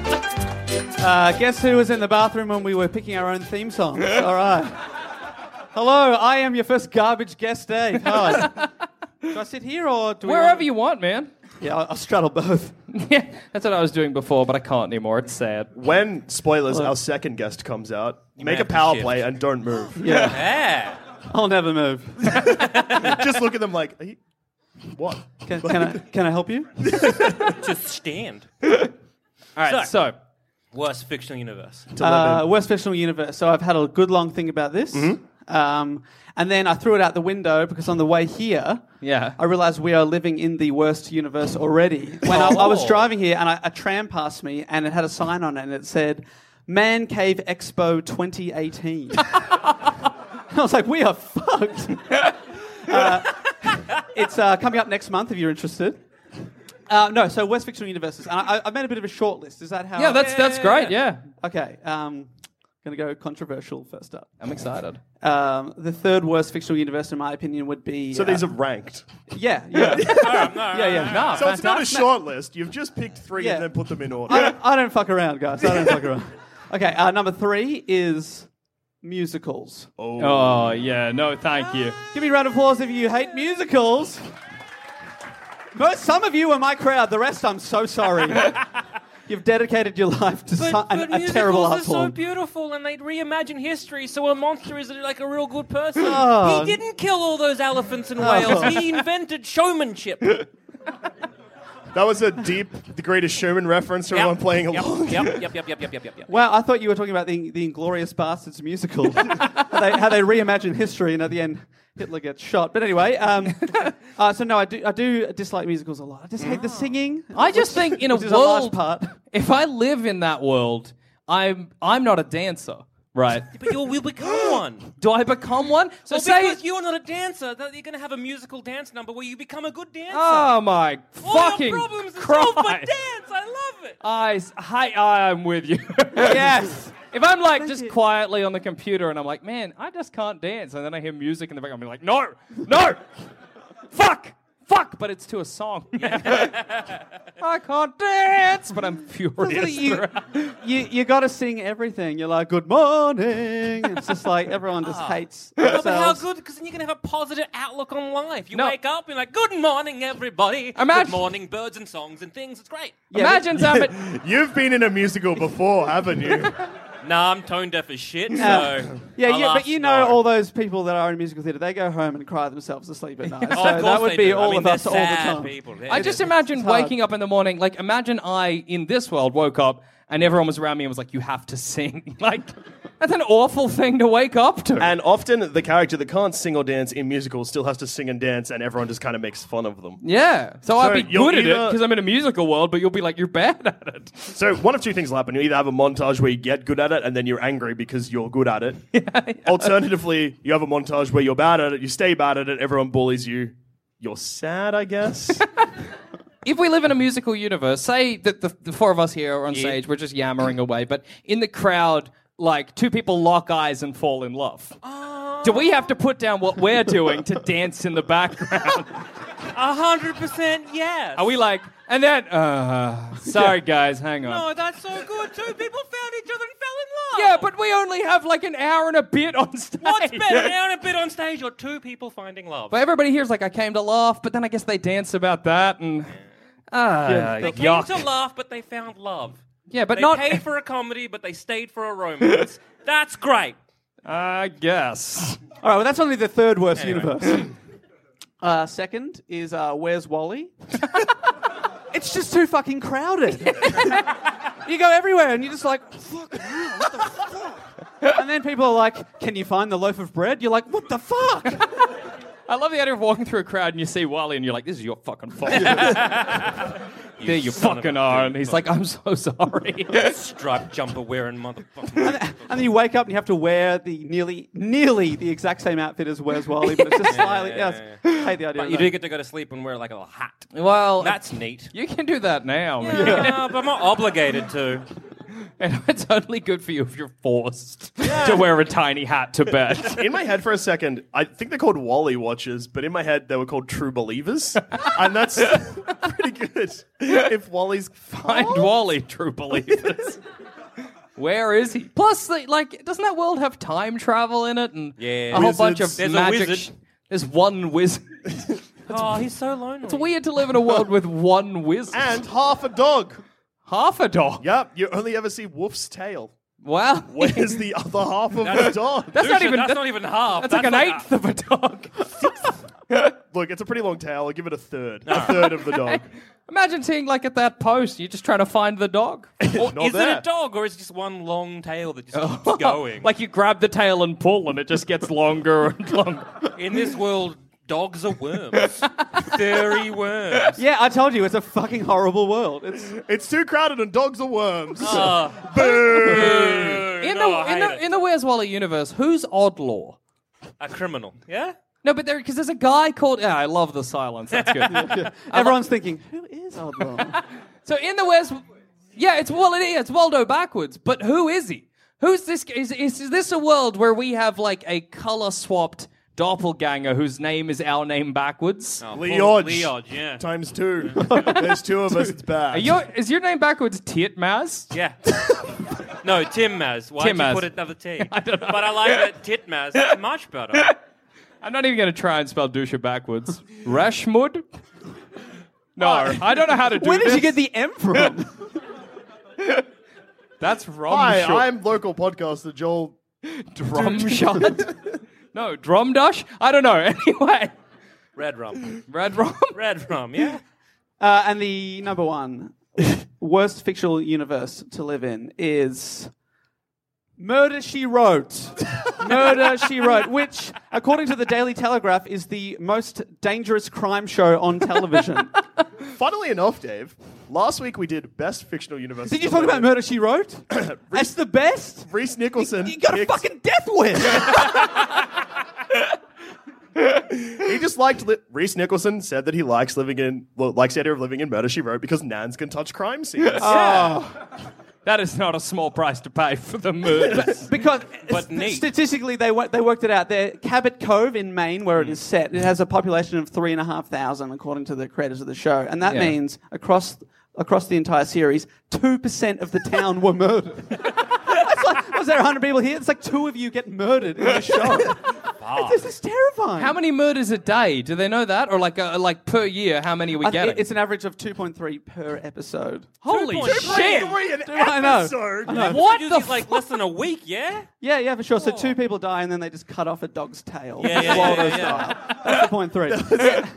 [SPEAKER 5] Uh, guess who was in the bathroom when we were picking our own theme songs? All right. Hello, I am your first garbage guest, Dave. Hi. Do I sit here or do we?
[SPEAKER 3] Wherever you want, man.
[SPEAKER 5] Yeah, I'll, I'll straddle both.
[SPEAKER 3] Yeah, that's what I was doing before, but I can't anymore. It's sad.
[SPEAKER 2] When, spoilers, our second guest comes out, make a
[SPEAKER 4] have to
[SPEAKER 2] power
[SPEAKER 4] shift.
[SPEAKER 2] play and don't move.
[SPEAKER 4] yeah.
[SPEAKER 5] Yeah,
[SPEAKER 4] Yeah.
[SPEAKER 5] I'll never move.
[SPEAKER 2] [laughs] Just look at them like, Are you, what?
[SPEAKER 5] Can, can I? Can I help you?
[SPEAKER 4] Just stand.
[SPEAKER 3] [laughs] All right, so,
[SPEAKER 4] Worst fictional universe.
[SPEAKER 5] Uh, worst fictional universe. So I've had a good long think about this, um, and then I threw it out the window because on the way here,
[SPEAKER 3] yeah.
[SPEAKER 5] I realized we are living in the worst universe already. When I, I was
[SPEAKER 4] Oh.
[SPEAKER 5] driving here and I, a tram passed me and it had a sign on it and it said Man Cave Expo 2018. and [laughs] I was like, we are fucked. [laughs] Uh, it's uh, coming up next month if you're interested. Uh, no, so West Fictional Universes. And I, I- I made a bit of a short list. Is that how?
[SPEAKER 3] Yeah, that's that's great. Yeah,
[SPEAKER 5] Okay. Um, Going to go controversial first up.
[SPEAKER 3] I'm excited.
[SPEAKER 5] Um, the third worst fictional universe, in my opinion, would
[SPEAKER 2] [laughs]
[SPEAKER 5] be.
[SPEAKER 2] So
[SPEAKER 5] uh,
[SPEAKER 2] these are ranked.
[SPEAKER 5] Yeah, yeah. [laughs] yeah, yeah.
[SPEAKER 3] No,
[SPEAKER 2] So it's not a short list. You've just picked three
[SPEAKER 5] Yeah.
[SPEAKER 2] and then put them in order.
[SPEAKER 5] I don't, I don't fuck around, guys. I don't fuck around. Okay, uh, number three is musicals.
[SPEAKER 3] Oh yeah, no, thank you.
[SPEAKER 5] Give me a round of applause if you hate musicals. Most, some of you are my crowd. The rest, I'm so sorry. You've dedicated your life to so- an- a terrible
[SPEAKER 4] are
[SPEAKER 5] art
[SPEAKER 4] so
[SPEAKER 5] form.
[SPEAKER 4] beautiful, and they reimagine history. So a monster is like a real good person.
[SPEAKER 5] Oh.
[SPEAKER 4] He didn't kill all those elephants and whales. He
[SPEAKER 3] [laughs]
[SPEAKER 4] invented showmanship.
[SPEAKER 2] That was a deep, the greatest showman reference to everyone playing along.
[SPEAKER 4] Yep, yep, yep, yep, yep, yep, yep, yep.
[SPEAKER 5] wow, I thought you were talking about the, the Inglorious Bastards musical. how, they, how they reimagine history and at the end Hitler gets shot. But anyway, um, uh, so no, I do, I do dislike musicals a lot. I just hate the singing.
[SPEAKER 3] I just think in a
[SPEAKER 5] which is a large
[SPEAKER 3] world,
[SPEAKER 5] [laughs] part.
[SPEAKER 3] if I live in that world, I'm I'm not a dancer, right?
[SPEAKER 4] But you
[SPEAKER 3] [gasps]
[SPEAKER 4] will become one.
[SPEAKER 3] Do I become one? So
[SPEAKER 4] Well,
[SPEAKER 3] say,
[SPEAKER 4] because you're not a dancer, that you're going to have a musical dance number where you become a good dancer.
[SPEAKER 3] oh my
[SPEAKER 4] All
[SPEAKER 3] fucking
[SPEAKER 4] your problems are solved by
[SPEAKER 3] Christ! Oh,
[SPEAKER 4] dance. I love it.
[SPEAKER 3] I, s- hi, I'm with you. [laughs]
[SPEAKER 5] Yes.
[SPEAKER 3] If I'm like just
[SPEAKER 5] you.
[SPEAKER 3] quietly on the computer and I'm like, man, I just can't dance, and then I hear music in the background, I'm like, no, no, fuck, fuck, but it's to a
[SPEAKER 5] [laughs]
[SPEAKER 3] song. [laughs] I can't dance, but I'm
[SPEAKER 5] Well,
[SPEAKER 3] furious.
[SPEAKER 5] you, you, you got to sing everything. You're like, good morning. It's just like everyone just hates
[SPEAKER 4] Oh, but how
[SPEAKER 5] themselves.
[SPEAKER 4] good? Because then you're going to have a positive outlook on life. You
[SPEAKER 3] No.
[SPEAKER 4] wake up, you're like, good morning, everybody.
[SPEAKER 3] Imagine-
[SPEAKER 4] Good morning, birds and songs and things. It's great.
[SPEAKER 3] [laughs] Imagine I'm at
[SPEAKER 2] You've been in a musical before, haven't you?
[SPEAKER 4] Nah, I'm tone deaf as shit, so.
[SPEAKER 5] Yeah,
[SPEAKER 4] I'll
[SPEAKER 5] yeah,
[SPEAKER 4] ask
[SPEAKER 5] but you know
[SPEAKER 4] no.
[SPEAKER 5] all those people that are in musical theatre, they go home and cry themselves to
[SPEAKER 4] [laughs]
[SPEAKER 5] sleep at night.
[SPEAKER 4] Oh,
[SPEAKER 5] so
[SPEAKER 4] of course
[SPEAKER 5] that would
[SPEAKER 4] they
[SPEAKER 5] be
[SPEAKER 4] do. I
[SPEAKER 5] all
[SPEAKER 4] mean,
[SPEAKER 5] of us
[SPEAKER 4] they're
[SPEAKER 5] all the
[SPEAKER 4] sad
[SPEAKER 5] time.
[SPEAKER 4] People.
[SPEAKER 3] I just imagine
[SPEAKER 5] it's hard.
[SPEAKER 3] waking up in the morning, like imagine I in this world woke up and everyone was around me and was like, "You have to sing." [laughs] Like that's an awful thing to wake up to.
[SPEAKER 2] [laughs] and often the character that can't sing or dance in musicals still has to sing and dance, and everyone just kind of makes fun of them.
[SPEAKER 3] yeah, so, I'd be
[SPEAKER 2] you'll
[SPEAKER 3] good at it
[SPEAKER 2] either-
[SPEAKER 3] because I'm in a musical world, but you'll be like, "You're bad [laughs] at it."
[SPEAKER 2] So one of two things will happen: you either have a montage where you get good at it, and then you're angry because you're good at [laughs] it. Alternatively, you have a montage where you're bad at it, you stay bad at it, everyone bullies you. You're sad, I [laughs] guess.
[SPEAKER 3] if we live in a musical universe, say that the, the four of us here are on stage, we're just yammering away, but in the crowd, like two people lock eyes and fall in love.
[SPEAKER 4] Ah.
[SPEAKER 3] Do we have to put down what we're doing to dance in the
[SPEAKER 4] [laughs]
[SPEAKER 3] background?
[SPEAKER 4] A hundred percent yes.
[SPEAKER 3] Are we like, and then, uh, sorry guys, hang on.
[SPEAKER 4] No, Oh, that's so good. Two people found each other and fell in love.
[SPEAKER 3] yeah, but we only have like an hour and a bit on stage.
[SPEAKER 4] what's better,
[SPEAKER 3] [laughs]
[SPEAKER 4] an hour and a bit on stage or two people finding love?
[SPEAKER 3] But everybody here's like, I came to laugh, but then I guess they dance about that and. Ah,
[SPEAKER 4] they came
[SPEAKER 3] yuck.
[SPEAKER 4] to laugh, but they found love.
[SPEAKER 3] yeah, but
[SPEAKER 4] They
[SPEAKER 3] not. [laughs]
[SPEAKER 4] paid for a comedy, but they stayed for
[SPEAKER 5] [laughs]
[SPEAKER 4] a romance. that's great.
[SPEAKER 3] I guess.
[SPEAKER 5] All right, well, Oh, that's only the third worst universe. [laughs] uh, second is uh, Where's Wally? [laughs] it's just too fucking crowded. [laughs] you go everywhere and you're just like, fuck, man, what the fuck? And then people are like, can you find the loaf of bread? You're like, what the fuck?
[SPEAKER 3] I love the idea of walking through a crowd and you see Wally and you're like, this is your fucking fault. [laughs] there you
[SPEAKER 4] son of a
[SPEAKER 3] fucking are. And he's like, I'm so [laughs] sorry.
[SPEAKER 4] Stripe jumper wearing
[SPEAKER 5] [laughs]
[SPEAKER 4] motherfucker.
[SPEAKER 5] And then you wake up and you have to wear the nearly, nearly the exact same outfit as Where's Wally, but it's just slightly. [laughs] Yeah, I hate the idea.
[SPEAKER 4] But
[SPEAKER 5] of
[SPEAKER 4] you
[SPEAKER 5] that.
[SPEAKER 4] do get to go to sleep and wear like a little hat.
[SPEAKER 3] well,
[SPEAKER 4] That's neat.
[SPEAKER 3] You can do that now. man.
[SPEAKER 4] Yeah, but I'm not obligated to.
[SPEAKER 3] [laughs] And it's only good for you if you're forced to wear a tiny hat to [laughs] bed.
[SPEAKER 2] In my head for a second, I think they're called Wally watchers, but in my head they were called True Believers, and that's [laughs] pretty good. If Wally's
[SPEAKER 3] Find Wally, true believers. Where is he? Plus, like- like, doesn't that world have time travel in it and
[SPEAKER 4] Yeah.
[SPEAKER 3] a whole
[SPEAKER 4] Wizards.
[SPEAKER 3] bunch of
[SPEAKER 4] There's a
[SPEAKER 3] magic?
[SPEAKER 4] wizard.
[SPEAKER 3] sh- There's one wizard. [laughs]
[SPEAKER 4] Oh, he's so lonely.
[SPEAKER 3] It's weird to live in a world with one wizard
[SPEAKER 2] and half a dog.
[SPEAKER 3] half a dog.
[SPEAKER 2] Yep, you only ever see Wolf's tail.
[SPEAKER 3] Wow,
[SPEAKER 2] Where's the other half of the dog?
[SPEAKER 3] that's not
[SPEAKER 4] Dusha,
[SPEAKER 3] even
[SPEAKER 4] that's not even half.
[SPEAKER 3] That's, like an eighth of a dog. e-
[SPEAKER 2] Look, it's a pretty long tail. I'll give it a third. A third of
[SPEAKER 3] [laughs]
[SPEAKER 2] the dog.
[SPEAKER 3] [laughs] Imagine seeing like at that post, you're just trying to find the dog.
[SPEAKER 4] Or
[SPEAKER 2] Not
[SPEAKER 4] is it
[SPEAKER 2] there.
[SPEAKER 4] a dog or is it just one long tail that just keeps going?
[SPEAKER 3] [laughs] like you grab the tail and pull, and it just gets longer and [laughs] longer.
[SPEAKER 4] in this world, dogs are
[SPEAKER 3] [laughs]
[SPEAKER 4] worms. Furry worms.
[SPEAKER 5] Yeah, I told you, it's a fucking horrible world. It's,
[SPEAKER 2] It's too crowded and dogs are worms.
[SPEAKER 3] Ah.
[SPEAKER 2] [laughs]
[SPEAKER 3] In,
[SPEAKER 4] No, I
[SPEAKER 3] the, in,
[SPEAKER 4] hate it.
[SPEAKER 3] the, in the Where's Wally universe, who's Oddlaw?
[SPEAKER 4] A criminal. Yeah?
[SPEAKER 3] No, but there because there's a guy called. Ah, I love the silence. That's [laughs] good.
[SPEAKER 5] everyone's thinking, who is Oddlaw?
[SPEAKER 3] so in the Where's, yeah, it's well, it is, it's Waldo backwards. But who is he? Who's this? Is, is is this a world where we have like a color swapped doppelganger whose name is our name backwards?
[SPEAKER 2] Leodge.
[SPEAKER 4] Leodge, yeah.
[SPEAKER 2] Times two. There's two of us. It's bad.
[SPEAKER 3] Are your- is your name backwards Titmouse?
[SPEAKER 4] Yeah. no, Tim Maz. Why'd
[SPEAKER 3] Timaz.
[SPEAKER 4] you put
[SPEAKER 3] [laughs]
[SPEAKER 4] another T? I don't know. But I like that Titmaz much better.
[SPEAKER 3] I'm not even going to try and spell Dusha backwards. Rashmud? No, I don't know how to do
[SPEAKER 5] Where did
[SPEAKER 3] this.
[SPEAKER 5] you get the M [laughs] from?
[SPEAKER 3] That's wrong.
[SPEAKER 2] Hi, I'm local podcaster Joel.
[SPEAKER 3] drum [laughs] shot. no, drum dash. I don't know. [laughs] Anyway,
[SPEAKER 4] Red rum.
[SPEAKER 3] Brad Rom.
[SPEAKER 4] Red rum, yeah?
[SPEAKER 5] Uh, and the number one worst fictional universe to live in is Murder She Wrote.
[SPEAKER 2] [laughs]
[SPEAKER 5] Murder She Wrote, which, according to the Daily Telegraph, is the most dangerous crime show
[SPEAKER 2] [laughs]
[SPEAKER 5] on television.
[SPEAKER 2] Funnily enough, Dave, last week we did best fictional universe.
[SPEAKER 5] Did you talk about Murder She Wrote?
[SPEAKER 2] [coughs]
[SPEAKER 5] That's the best.
[SPEAKER 2] Reese Nicholson.
[SPEAKER 5] You got a
[SPEAKER 2] picked-
[SPEAKER 5] fucking
[SPEAKER 2] [laughs]
[SPEAKER 5] death wish.
[SPEAKER 2] He just liked. Li- Reese Nicholson said that he likes living in well, likes the idea of living in Murder She Wrote because Nans can touch crime scenes.
[SPEAKER 3] That is not a small price to pay for the murder.
[SPEAKER 5] because
[SPEAKER 4] But
[SPEAKER 5] st-
[SPEAKER 4] neat.
[SPEAKER 5] statistically, they, wo- they worked it out. They're Cabot Cove in Maine, where it
[SPEAKER 3] Mm.
[SPEAKER 5] is set, it has a population of three and a half thousand, according to the creators of the show, and that
[SPEAKER 3] Yeah.
[SPEAKER 5] means across across the entire series, two percent of the town
[SPEAKER 3] [laughs]
[SPEAKER 5] were murdered. It's like, was there 100 people here? It's like two of you get murdered in the
[SPEAKER 3] [laughs]
[SPEAKER 5] show. this is terrifying.
[SPEAKER 3] [laughs] how many murders a day? Do they know that, or like uh, like per year? How many are we
[SPEAKER 5] I think
[SPEAKER 3] getting?
[SPEAKER 5] It's an average of 2.3 per episode.
[SPEAKER 3] Holy shit!
[SPEAKER 2] Three an
[SPEAKER 5] I know.
[SPEAKER 2] episode.
[SPEAKER 3] What
[SPEAKER 4] you do
[SPEAKER 3] the
[SPEAKER 4] these, like less than a week, yeah?
[SPEAKER 5] Yeah, yeah, for sure. So two people die, and then they just cut off a dog's tail.
[SPEAKER 4] Yeah, yeah,
[SPEAKER 5] Waldo
[SPEAKER 4] yeah, yeah,
[SPEAKER 5] style. That's the point
[SPEAKER 4] [laughs]
[SPEAKER 5] three. Yeah.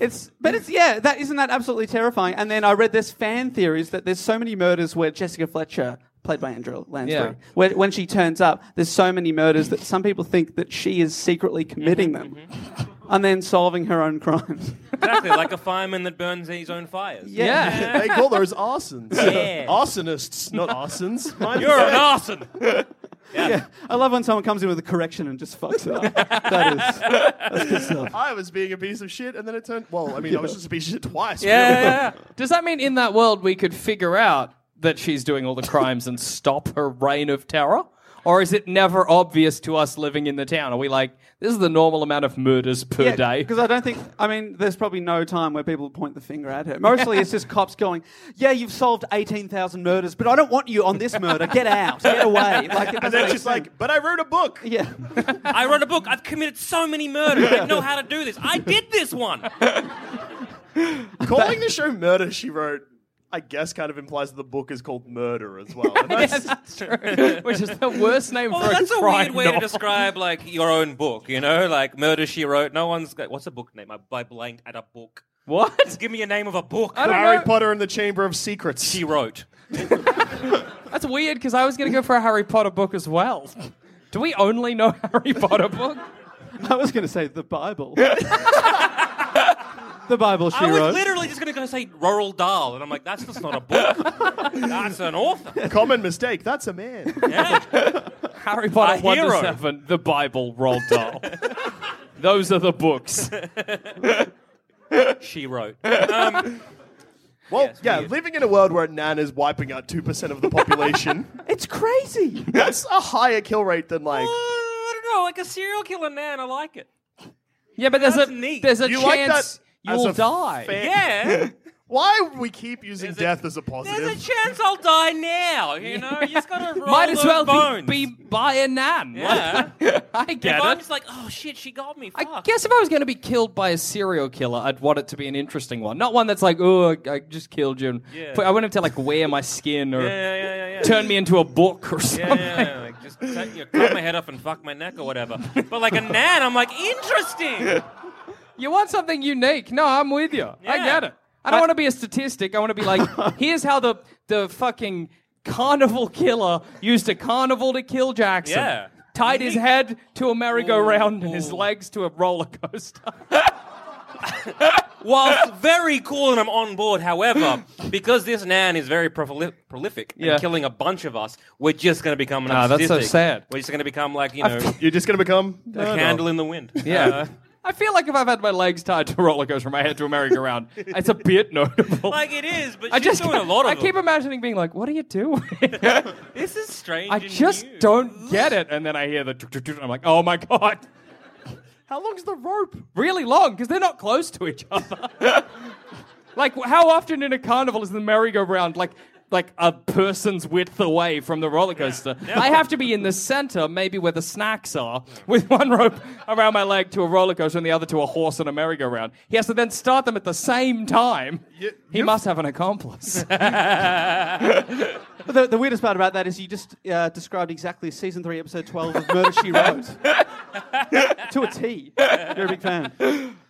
[SPEAKER 5] It's, but it's yeah, that isn't that absolutely terrifying. And then I read there's fan theories that there's so many murders where Jessica Fletcher, played by Andrew Lansbury,
[SPEAKER 3] Yeah.
[SPEAKER 5] where, when she turns up, there's so many murders that some people think that she is secretly committing
[SPEAKER 4] Mm-hmm,
[SPEAKER 5] them, and then solving her own crimes. [laughs]
[SPEAKER 4] Exactly, like a fireman that burns his own fires.
[SPEAKER 3] yeah.
[SPEAKER 2] They call those arsons.
[SPEAKER 4] Yeah.
[SPEAKER 2] Arsonists, not arsons. My
[SPEAKER 4] You're an arson.
[SPEAKER 5] I love when someone comes in with a correction and just fucks it
[SPEAKER 4] [laughs]
[SPEAKER 5] up. that is that's good stuff.
[SPEAKER 2] I was being a piece of shit, and then it turned. Well, I mean, I was just a piece of shit twice.
[SPEAKER 4] Yeah,
[SPEAKER 2] really.
[SPEAKER 4] [laughs] yeah, yeah.
[SPEAKER 3] Does that mean in that world we could figure out that she's doing all the crimes and stop her reign of terror? Or is it never obvious to us living in the town? Are we like, this is the normal amount of murders per day?
[SPEAKER 5] Because I don't think, I mean, there's probably no time where people point the finger at her. Mostly it's just cops going, yeah, you've solved 18,000 murders, but I don't want you on this murder. Get out. Get away. Like,
[SPEAKER 2] And
[SPEAKER 5] it doesn't
[SPEAKER 2] then
[SPEAKER 5] make
[SPEAKER 2] she's
[SPEAKER 5] sense.
[SPEAKER 2] like, but I wrote a book.
[SPEAKER 5] yeah.
[SPEAKER 4] I wrote a book. I've committed so many murders. I know how to do this. I did
[SPEAKER 3] [laughs]
[SPEAKER 4] this one.
[SPEAKER 2] Calling the show Murder, she wrote, I guess kind of implies that the book is called Murder as well. And that's-
[SPEAKER 3] Yes, that's true. [laughs] Which is
[SPEAKER 4] [laughs]
[SPEAKER 3] the worst name
[SPEAKER 4] Well,
[SPEAKER 3] for
[SPEAKER 4] Oh, that's
[SPEAKER 3] a
[SPEAKER 4] a
[SPEAKER 3] crime
[SPEAKER 4] weird way to
[SPEAKER 3] novel.
[SPEAKER 4] describe like your own book, you know, like Murder She Wrote. No one's got what's a book name? I, I blanked at a book.
[SPEAKER 3] [laughs] What?
[SPEAKER 4] Give me a name of a book.
[SPEAKER 2] Harry Potter and the Chamber of Secrets.
[SPEAKER 4] She wrote.
[SPEAKER 3] That's weird because I was going to go for a Harry Potter book as well. Do we only know Harry Potter book?
[SPEAKER 5] I was going to say the Bible. the [laughs] Bible she
[SPEAKER 4] I was
[SPEAKER 5] wrote.
[SPEAKER 4] literally just going to go say Roald Dahl, and I'm like, that's just not
[SPEAKER 3] [laughs]
[SPEAKER 4] a book. that's an author.
[SPEAKER 2] Common mistake. That's a man.
[SPEAKER 4] Yeah.
[SPEAKER 3] Harry Potter
[SPEAKER 4] A
[SPEAKER 3] 1 to
[SPEAKER 4] hero.
[SPEAKER 3] 7, The Bible, Roald
[SPEAKER 4] [laughs]
[SPEAKER 3] Dahl. Those are the books.
[SPEAKER 4] she wrote. Um, [laughs]
[SPEAKER 2] Well,
[SPEAKER 4] it's
[SPEAKER 2] yeah,
[SPEAKER 4] weird.
[SPEAKER 2] living in a world where Nan is wiping out 2% of the
[SPEAKER 4] [laughs]
[SPEAKER 2] population,
[SPEAKER 5] it's crazy.
[SPEAKER 2] that's a higher kill rate than like.
[SPEAKER 4] I don't know, like a serial killer man. I like it.
[SPEAKER 3] Yeah, but there's
[SPEAKER 4] That's
[SPEAKER 3] a
[SPEAKER 4] neat.
[SPEAKER 3] there's a
[SPEAKER 2] You like
[SPEAKER 3] chance
[SPEAKER 2] that as
[SPEAKER 3] you'll
[SPEAKER 2] a
[SPEAKER 3] die.
[SPEAKER 2] fan?
[SPEAKER 4] Yeah.
[SPEAKER 2] Why would we keep using
[SPEAKER 4] There's a-
[SPEAKER 2] death as a
[SPEAKER 4] There's a
[SPEAKER 2] positive?
[SPEAKER 4] chance I'll die now. You know, you
[SPEAKER 3] [laughs]
[SPEAKER 4] just got to roll
[SPEAKER 3] Might as
[SPEAKER 4] those
[SPEAKER 3] well
[SPEAKER 4] bones.
[SPEAKER 3] be, be by a nan.
[SPEAKER 4] Yeah.
[SPEAKER 3] Like, [laughs] I
[SPEAKER 4] if
[SPEAKER 3] get
[SPEAKER 4] I'm
[SPEAKER 3] it.
[SPEAKER 4] just like, oh shit, she got me.
[SPEAKER 3] I
[SPEAKER 4] Fuck.
[SPEAKER 3] guess if I was going to be killed by a serial killer, I'd want it to be an interesting one, not one that's like, oh, I, I just killed you. And
[SPEAKER 4] Yeah.
[SPEAKER 3] put- I wouldn't have to like wear my skin or
[SPEAKER 4] Yeah, yeah, yeah, yeah, yeah.
[SPEAKER 3] turn me into a book or
[SPEAKER 4] Yeah,
[SPEAKER 3] something.
[SPEAKER 4] yeah, yeah, like just cut, you know, cut my head off and fuck my neck or whatever. But like a nan, I'm like interesting.
[SPEAKER 3] You want something unique. No, I'm with you. I
[SPEAKER 4] Yeah.
[SPEAKER 3] get it. I don't want to be a statistic. I want to be
[SPEAKER 4] [laughs]
[SPEAKER 3] like, here's how the the fucking carnival killer used a carnival to kill Jackson.
[SPEAKER 4] Yeah.
[SPEAKER 3] Tied his head to a merry-go-round and his legs to a roller coaster.
[SPEAKER 4] Whilst very cool and I'm on board, however,
[SPEAKER 3] [laughs]
[SPEAKER 4] because this nan is very proli- prolific and
[SPEAKER 3] Yeah.
[SPEAKER 4] killing a bunch of us, we're just going to become an
[SPEAKER 3] Ah, that's so
[SPEAKER 4] statistic.
[SPEAKER 3] sad.
[SPEAKER 4] We're just going to become like you know
[SPEAKER 2] You're just going to become.
[SPEAKER 4] a candle in the wind. [laughs] Uh,
[SPEAKER 3] I feel like if I've had my legs tied to a roller coaster, my head to a
[SPEAKER 4] [laughs]
[SPEAKER 3] merry-go-round, it's a bit notable.
[SPEAKER 4] like it is, but
[SPEAKER 3] I
[SPEAKER 4] she's
[SPEAKER 3] just
[SPEAKER 4] doing a lot of
[SPEAKER 3] I keep
[SPEAKER 4] them.
[SPEAKER 3] imagining being like, "What are you
[SPEAKER 4] [laughs]
[SPEAKER 3] doing?"
[SPEAKER 4] This is strange.
[SPEAKER 3] I
[SPEAKER 4] and
[SPEAKER 3] just
[SPEAKER 4] new.
[SPEAKER 3] don't get it. And then I hear the, tuk, tuk, tuk, and I'm like, "Oh my [laughs] god!"
[SPEAKER 2] How long's the rope?
[SPEAKER 3] really long because they're not close to each other. [laughs] like, how often in a carnival is the merry-go-round like like a person's width away from the roller coaster? I have to be in the center, maybe where the snacks are, [laughs] with one rope around my leg to a roller coaster and the other to a horse and a merry-go-round. He has to then start them at the same time. he must have an accomplice.
[SPEAKER 5] But the, the weirdest part about that is you just uh, described exactly season three, episode 12 of Murder She
[SPEAKER 3] [laughs]
[SPEAKER 5] Wrote to a T. You're a big fan.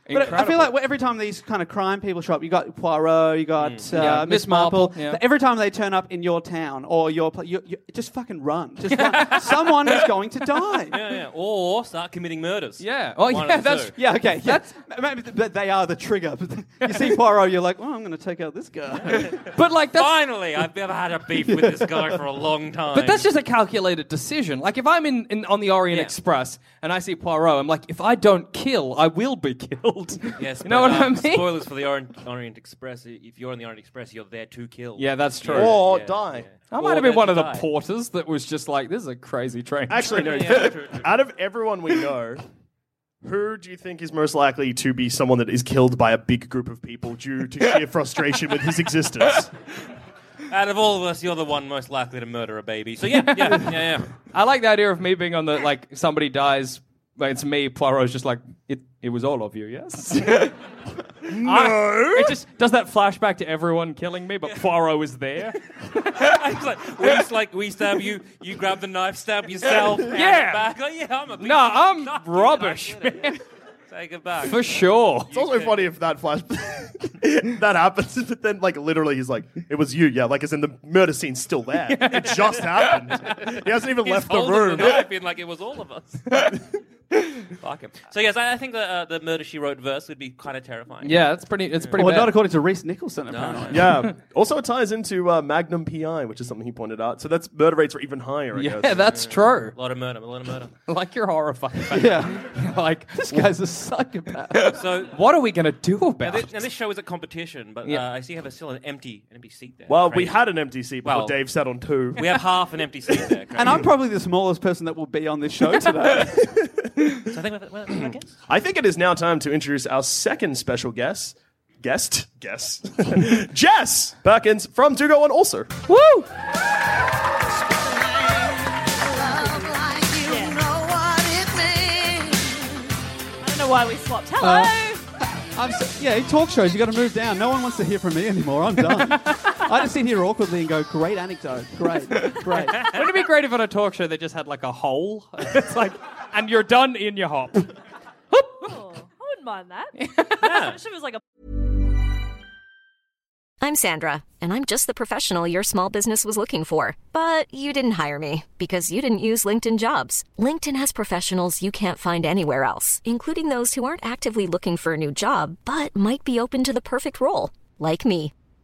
[SPEAKER 5] But I- I feel
[SPEAKER 3] Incredible.
[SPEAKER 5] like every time these kind of crime people show up, you got Poirot, you got uh,
[SPEAKER 3] Mm. Yeah,
[SPEAKER 5] Miss
[SPEAKER 3] Miss Marple,
[SPEAKER 5] Marple.
[SPEAKER 3] yeah.
[SPEAKER 5] Every time they turn up in your town or your place, you, you, just fucking
[SPEAKER 3] [laughs]
[SPEAKER 5] run. Just run. Someone is going to die.
[SPEAKER 4] Yeah, yeah. Or start committing murders.
[SPEAKER 3] yeah. Oh
[SPEAKER 4] One
[SPEAKER 3] yeah.
[SPEAKER 4] of the
[SPEAKER 3] That's
[SPEAKER 4] two.
[SPEAKER 5] Yeah, okay. Yeah. M- Maybe th- but they are the trigger. [laughs] you see Poirot, you're like, well, I'm going to take out
[SPEAKER 3] [laughs]
[SPEAKER 5] this guy.
[SPEAKER 3] But like that's
[SPEAKER 4] Finally, I've never had a beef with this guy for a long time.
[SPEAKER 3] [laughs] But that's just a calculated decision. Like if I'm in, in on the Orient
[SPEAKER 4] Yeah.
[SPEAKER 3] Express and I see Poirot, I'm like, if I don't kill, I will be [laughs] killed.
[SPEAKER 4] Yes,
[SPEAKER 3] you know what
[SPEAKER 4] but,
[SPEAKER 3] I
[SPEAKER 4] um,
[SPEAKER 3] mean?
[SPEAKER 4] Spoilers for the Orient, Orient Express. If you're on the Orient Express, you're there to kill.
[SPEAKER 3] Yeah, that's true.
[SPEAKER 2] Or
[SPEAKER 4] yeah,
[SPEAKER 2] die.
[SPEAKER 3] I
[SPEAKER 4] Or
[SPEAKER 3] might have been
[SPEAKER 4] there
[SPEAKER 3] one
[SPEAKER 4] to
[SPEAKER 3] of the
[SPEAKER 4] die.
[SPEAKER 3] porters that was just like, this is a crazy train.
[SPEAKER 2] Actually, no.
[SPEAKER 4] Yeah, true, true.
[SPEAKER 2] [laughs] Out of everyone we know, who do you think is most likely to be someone that is killed by a big group of people due
[SPEAKER 4] [laughs]
[SPEAKER 2] to sheer frustration with his existence?
[SPEAKER 4] Out of all of us, you're the one most likely to murder a baby. So yeah, yeah,
[SPEAKER 3] [laughs]
[SPEAKER 4] yeah, yeah. [laughs]
[SPEAKER 3] I like the idea of me being on the like somebody dies. But it's me. Poirot's just like it. It was all of you. Yes. [laughs] no. it just does that flashback to everyone killing me, but Poirot is there.
[SPEAKER 4] I was like, we, s- like, we stab you, you grab the knife, stab yourself. hand
[SPEAKER 3] [laughs]
[SPEAKER 4] it
[SPEAKER 3] Yeah.
[SPEAKER 4] Back. Like, yeah, I'm a piece
[SPEAKER 3] [laughs] no, I'm [laughs]
[SPEAKER 4] of shit. [laughs] I did it, I
[SPEAKER 3] rubbish,
[SPEAKER 4] did it.
[SPEAKER 3] man.
[SPEAKER 4] Take it back.
[SPEAKER 3] [laughs] For sure.
[SPEAKER 2] It's also funny if that flash [laughs] that happens, but then like literally he's like, "It was you, yeah." Like as in the murder scene's still
[SPEAKER 4] [laughs]
[SPEAKER 2] there. It just happened. He hasn't even
[SPEAKER 4] He's
[SPEAKER 2] left the
[SPEAKER 4] holding
[SPEAKER 2] room.
[SPEAKER 4] The knife, being like it was all of us. Fuck him. So yes, I, I think the uh, the murder she wrote verse would be kind of terrifying.
[SPEAKER 3] Yeah, it's pretty. It's pretty.
[SPEAKER 5] Well,
[SPEAKER 3] bad.
[SPEAKER 5] not according to Reese Nicholson,
[SPEAKER 2] [laughs]
[SPEAKER 5] apparently.
[SPEAKER 2] Yeah. Also, it ties into uh, Magnum PI, which is something he pointed out. So that's murder rates are even higher. I
[SPEAKER 3] Yeah,
[SPEAKER 2] guess.
[SPEAKER 3] that's true. [laughs]
[SPEAKER 4] A lot of murder, a lot of murder.
[SPEAKER 3] Like you're horrified. [laughs]
[SPEAKER 5] Yeah.
[SPEAKER 3] like
[SPEAKER 5] This guy's a
[SPEAKER 3] [laughs]
[SPEAKER 5] psychopath.
[SPEAKER 4] So
[SPEAKER 3] What are we gonna do
[SPEAKER 4] now
[SPEAKER 3] about
[SPEAKER 4] this,
[SPEAKER 3] it?
[SPEAKER 4] now this show is a competition, but
[SPEAKER 3] Yeah.
[SPEAKER 4] uh, I see you have a, still an empty an empty seat there.
[SPEAKER 2] Well, we
[SPEAKER 4] Crazy.
[SPEAKER 2] had an empty seat before
[SPEAKER 4] Well-
[SPEAKER 2] Dave sat on two.
[SPEAKER 4] we have half an empty seat there.
[SPEAKER 3] [laughs]
[SPEAKER 5] and I'm probably the smallest person that will be on this show today.
[SPEAKER 4] So I think we've, well, I guess.
[SPEAKER 2] I think it is now time to introduce our second special guest. Guest? [laughs] Guess. Jess Perkins from To Go On also.
[SPEAKER 3] Woo!
[SPEAKER 6] I don't know why we swapped. Hello.
[SPEAKER 5] I'm s yeah, talk shows, you got to move down. No one wants to hear from me anymore. I'm done. I just sit here awkwardly and go, great anecdote. Great, great.
[SPEAKER 3] [laughs] Wouldn't it be great if on a talk show they just had like a hole? [laughs] It's like, and you're done in your hop.
[SPEAKER 6] Oh, I wouldn't mind that. [laughs] I wish it was like a
[SPEAKER 7] I'm Sandra, and I'm just the professional your small business was looking for. But you didn't hire me because you didn't use LinkedIn jobs. LinkedIn has professionals you can't find anywhere else, including those who aren't actively looking for a new job but might be open to the perfect role, like me.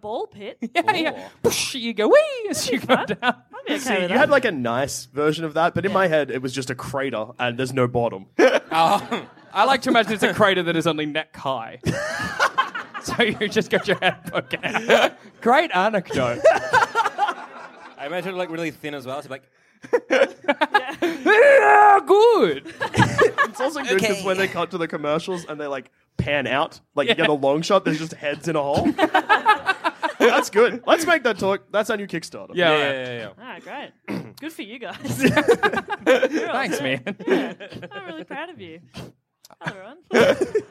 [SPEAKER 6] ball pit.
[SPEAKER 3] [laughs] Yeah, yeah. Whoosh, you go wee as you go down.
[SPEAKER 6] I'd be okay
[SPEAKER 2] [laughs] See, you
[SPEAKER 6] with that.
[SPEAKER 2] had like a nice version of that, but in my head, it was just a crater and there's no
[SPEAKER 6] [laughs]
[SPEAKER 2] bottom.
[SPEAKER 3] I like to imagine it's a crater that is only neck high. [laughs] so you just got your head poking. out. [laughs] Great anecdote. [laughs]
[SPEAKER 4] I imagine like really thin as well. So [laughs] like,
[SPEAKER 3] yeah, good.
[SPEAKER 2] It's also good because when they cut to the commercials and they like pan out, like you get a long shot, there's just heads in a
[SPEAKER 6] [laughs]
[SPEAKER 2] hole. That's good. Let's make that talk. That's our new Kickstarter.
[SPEAKER 3] Yeah,
[SPEAKER 4] yeah,
[SPEAKER 3] right.
[SPEAKER 4] yeah, yeah.
[SPEAKER 6] Ah,
[SPEAKER 3] [clears throat]
[SPEAKER 6] great. Good for
[SPEAKER 3] [laughs]
[SPEAKER 6] you guys. You're
[SPEAKER 3] Thanks, man.
[SPEAKER 6] awesome. I'm really proud of you. Hello, everyone.
[SPEAKER 3] [laughs]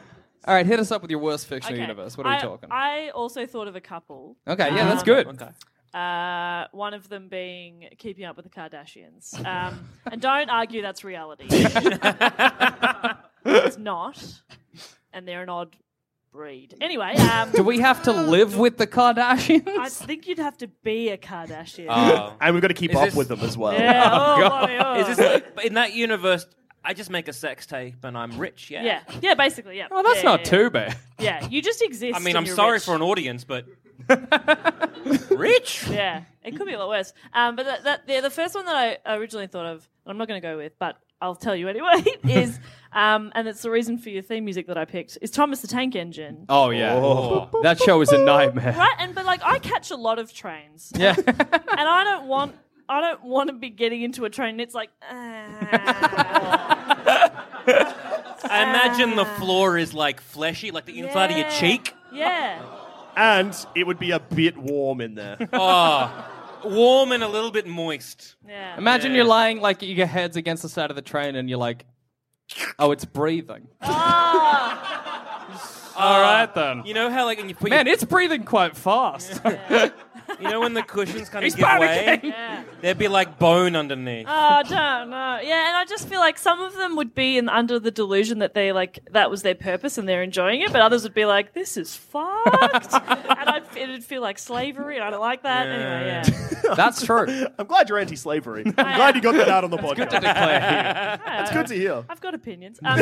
[SPEAKER 3] All right, hit us up with your worst fictional
[SPEAKER 6] Okay,
[SPEAKER 3] universe. What are we
[SPEAKER 6] I-
[SPEAKER 3] talking?
[SPEAKER 6] I also thought of a couple. Um,
[SPEAKER 3] okay, yeah, that's good.
[SPEAKER 4] Okay.
[SPEAKER 6] Uh, one of them being Keeping Up with the Kardashians. Um, and don't argue
[SPEAKER 3] [laughs]
[SPEAKER 6] that's reality. it's not. And they're an odd breed. Anyway, um,
[SPEAKER 3] Do we have to live with the Kardashians?
[SPEAKER 6] I think you'd have to be a Kardashian.
[SPEAKER 4] Oh.
[SPEAKER 2] And we've got to keep
[SPEAKER 4] Is
[SPEAKER 2] up
[SPEAKER 4] this-
[SPEAKER 2] with them as well.
[SPEAKER 6] yeah, oh, bloody hell.
[SPEAKER 4] Is this like, but in that universe? I just make a sex tape and I'm rich. Yeah.
[SPEAKER 6] yeah, yeah, basically, yeah.
[SPEAKER 3] Oh, that's
[SPEAKER 6] Yeah,
[SPEAKER 3] not
[SPEAKER 6] yeah,
[SPEAKER 3] too bad.
[SPEAKER 6] Yeah, Yeah, you just exist.
[SPEAKER 4] I mean,
[SPEAKER 6] and
[SPEAKER 4] I'm
[SPEAKER 6] you're
[SPEAKER 4] sorry
[SPEAKER 6] rich.
[SPEAKER 4] for an audience, but rich.
[SPEAKER 6] Yeah, it could be a lot worse. Um, but that, that, the, the first one that I originally thought of, and I'm not going to go with, but I'll tell you anyway, [laughs] is, um, and it's the reason for your theme music that I picked, is Thomas the Tank Engine.
[SPEAKER 3] Oh yeah, that show is a nightmare.
[SPEAKER 6] Right? And, but like, I catch a lot of trains,
[SPEAKER 3] [laughs] Yeah.
[SPEAKER 6] and I don't want. I don't want to be getting into a train. and It's like, ah.
[SPEAKER 4] I imagine the floor is like fleshy, like the inside of your
[SPEAKER 6] Yeah.
[SPEAKER 4] cheek.
[SPEAKER 6] yeah,
[SPEAKER 2] And it would be a bit warm in
[SPEAKER 6] [laughs]
[SPEAKER 2] there.
[SPEAKER 4] warm and a little bit moist.
[SPEAKER 6] yeah.
[SPEAKER 3] Imagine you're lying like your head's against the side of the train and you're like, oh, it's breathing. All right then. Ah. [laughs]
[SPEAKER 4] You know how like when you put
[SPEAKER 3] Man,
[SPEAKER 4] your,
[SPEAKER 3] it's breathing quite fast.
[SPEAKER 4] You know when the cushions kind of
[SPEAKER 3] [laughs] He's
[SPEAKER 4] give way?
[SPEAKER 3] panicking. [laughs]
[SPEAKER 6] Yeah.
[SPEAKER 4] There'd be like bone underneath.
[SPEAKER 6] Oh, don't know. Yeah, and I just feel like some of them would be in, under the delusion that they like that was their purpose and they're enjoying it, but others would be like, "This is fucked," and I'd, it'd feel like slavery, and I don't like that. Anyway, yeah.
[SPEAKER 3] That's [laughs] true.
[SPEAKER 2] I'm glad you're
[SPEAKER 6] [laughs]
[SPEAKER 2] anti-slavery. I'm glad you got that out on the podcast.
[SPEAKER 3] To declare.
[SPEAKER 2] It's good to hear.
[SPEAKER 6] I've got
[SPEAKER 3] [laughs]
[SPEAKER 6] opinions. Um,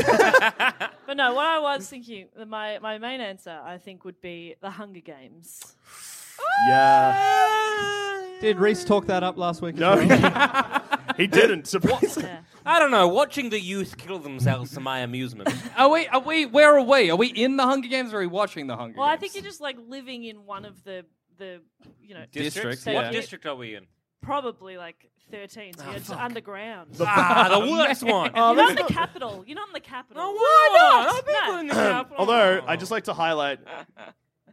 [SPEAKER 6] but no, what I was thinking, my, my main answer, I think, would be the Hunger Games.
[SPEAKER 2] Yeah.
[SPEAKER 5] Did Reese talk that up last week? as
[SPEAKER 2] No,
[SPEAKER 5] well?
[SPEAKER 2] he, he
[SPEAKER 6] [laughs]
[SPEAKER 2] didn't. Surprise.
[SPEAKER 4] I don't know. Watching the youth kill themselves to
[SPEAKER 2] [laughs]
[SPEAKER 4] my amusement.
[SPEAKER 3] Are we? Are we? Where are we? Are we in the Hunger Games? or Are we watching the Hunger
[SPEAKER 6] Well, I
[SPEAKER 3] Games?
[SPEAKER 6] think you're just like living in one of the the you know
[SPEAKER 3] Districts,
[SPEAKER 6] so
[SPEAKER 4] What
[SPEAKER 3] yeah.
[SPEAKER 6] you-
[SPEAKER 4] district are we in?
[SPEAKER 6] probably like 13. So you're just underground.
[SPEAKER 4] Ah, the worst one.
[SPEAKER 6] you're not in the capital. You're not in the capital.
[SPEAKER 4] No, why not?
[SPEAKER 6] No.
[SPEAKER 4] People in the capital.
[SPEAKER 2] [clears throat] Although I just like to highlight,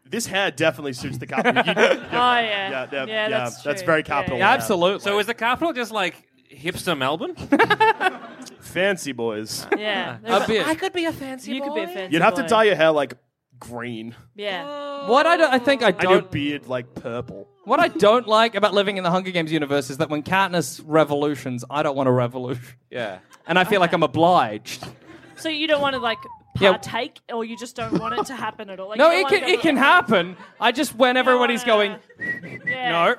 [SPEAKER 2] this hair definitely suits the capital. You- yeah,
[SPEAKER 6] Oh yeah.
[SPEAKER 2] yeah, yeah,
[SPEAKER 6] yeah, that's,
[SPEAKER 2] that's
[SPEAKER 6] true.
[SPEAKER 2] very
[SPEAKER 6] Yeah,
[SPEAKER 2] capital.
[SPEAKER 6] yeah.
[SPEAKER 3] yeah, absolutely.
[SPEAKER 4] So is the capital just like hipster Melbourne?
[SPEAKER 2] Fancy boys.
[SPEAKER 6] Yeah.
[SPEAKER 3] a bit.
[SPEAKER 4] could be a fancy
[SPEAKER 6] You could be a fancy
[SPEAKER 2] You'd have to
[SPEAKER 6] boy.
[SPEAKER 2] dye your hair like green
[SPEAKER 6] Yeah.
[SPEAKER 3] what I don't. I think I
[SPEAKER 2] and your
[SPEAKER 3] don't.
[SPEAKER 2] beard like purple.
[SPEAKER 3] What I don't like about living in the Hunger Games universe is that when Katniss revolutions, I don't want a revolution.
[SPEAKER 4] Yeah.
[SPEAKER 3] And I feel like I'm obliged.
[SPEAKER 6] So you don't want to like
[SPEAKER 3] Yeah.
[SPEAKER 6] partake, or you just don't want it to happen at all. Like,
[SPEAKER 3] No, it
[SPEAKER 6] you don't
[SPEAKER 3] can
[SPEAKER 6] wanna go
[SPEAKER 3] it
[SPEAKER 6] to-
[SPEAKER 3] can happen. I just when everybody's going,
[SPEAKER 6] wanna-
[SPEAKER 3] [laughs]
[SPEAKER 6] Yeah.
[SPEAKER 3] no.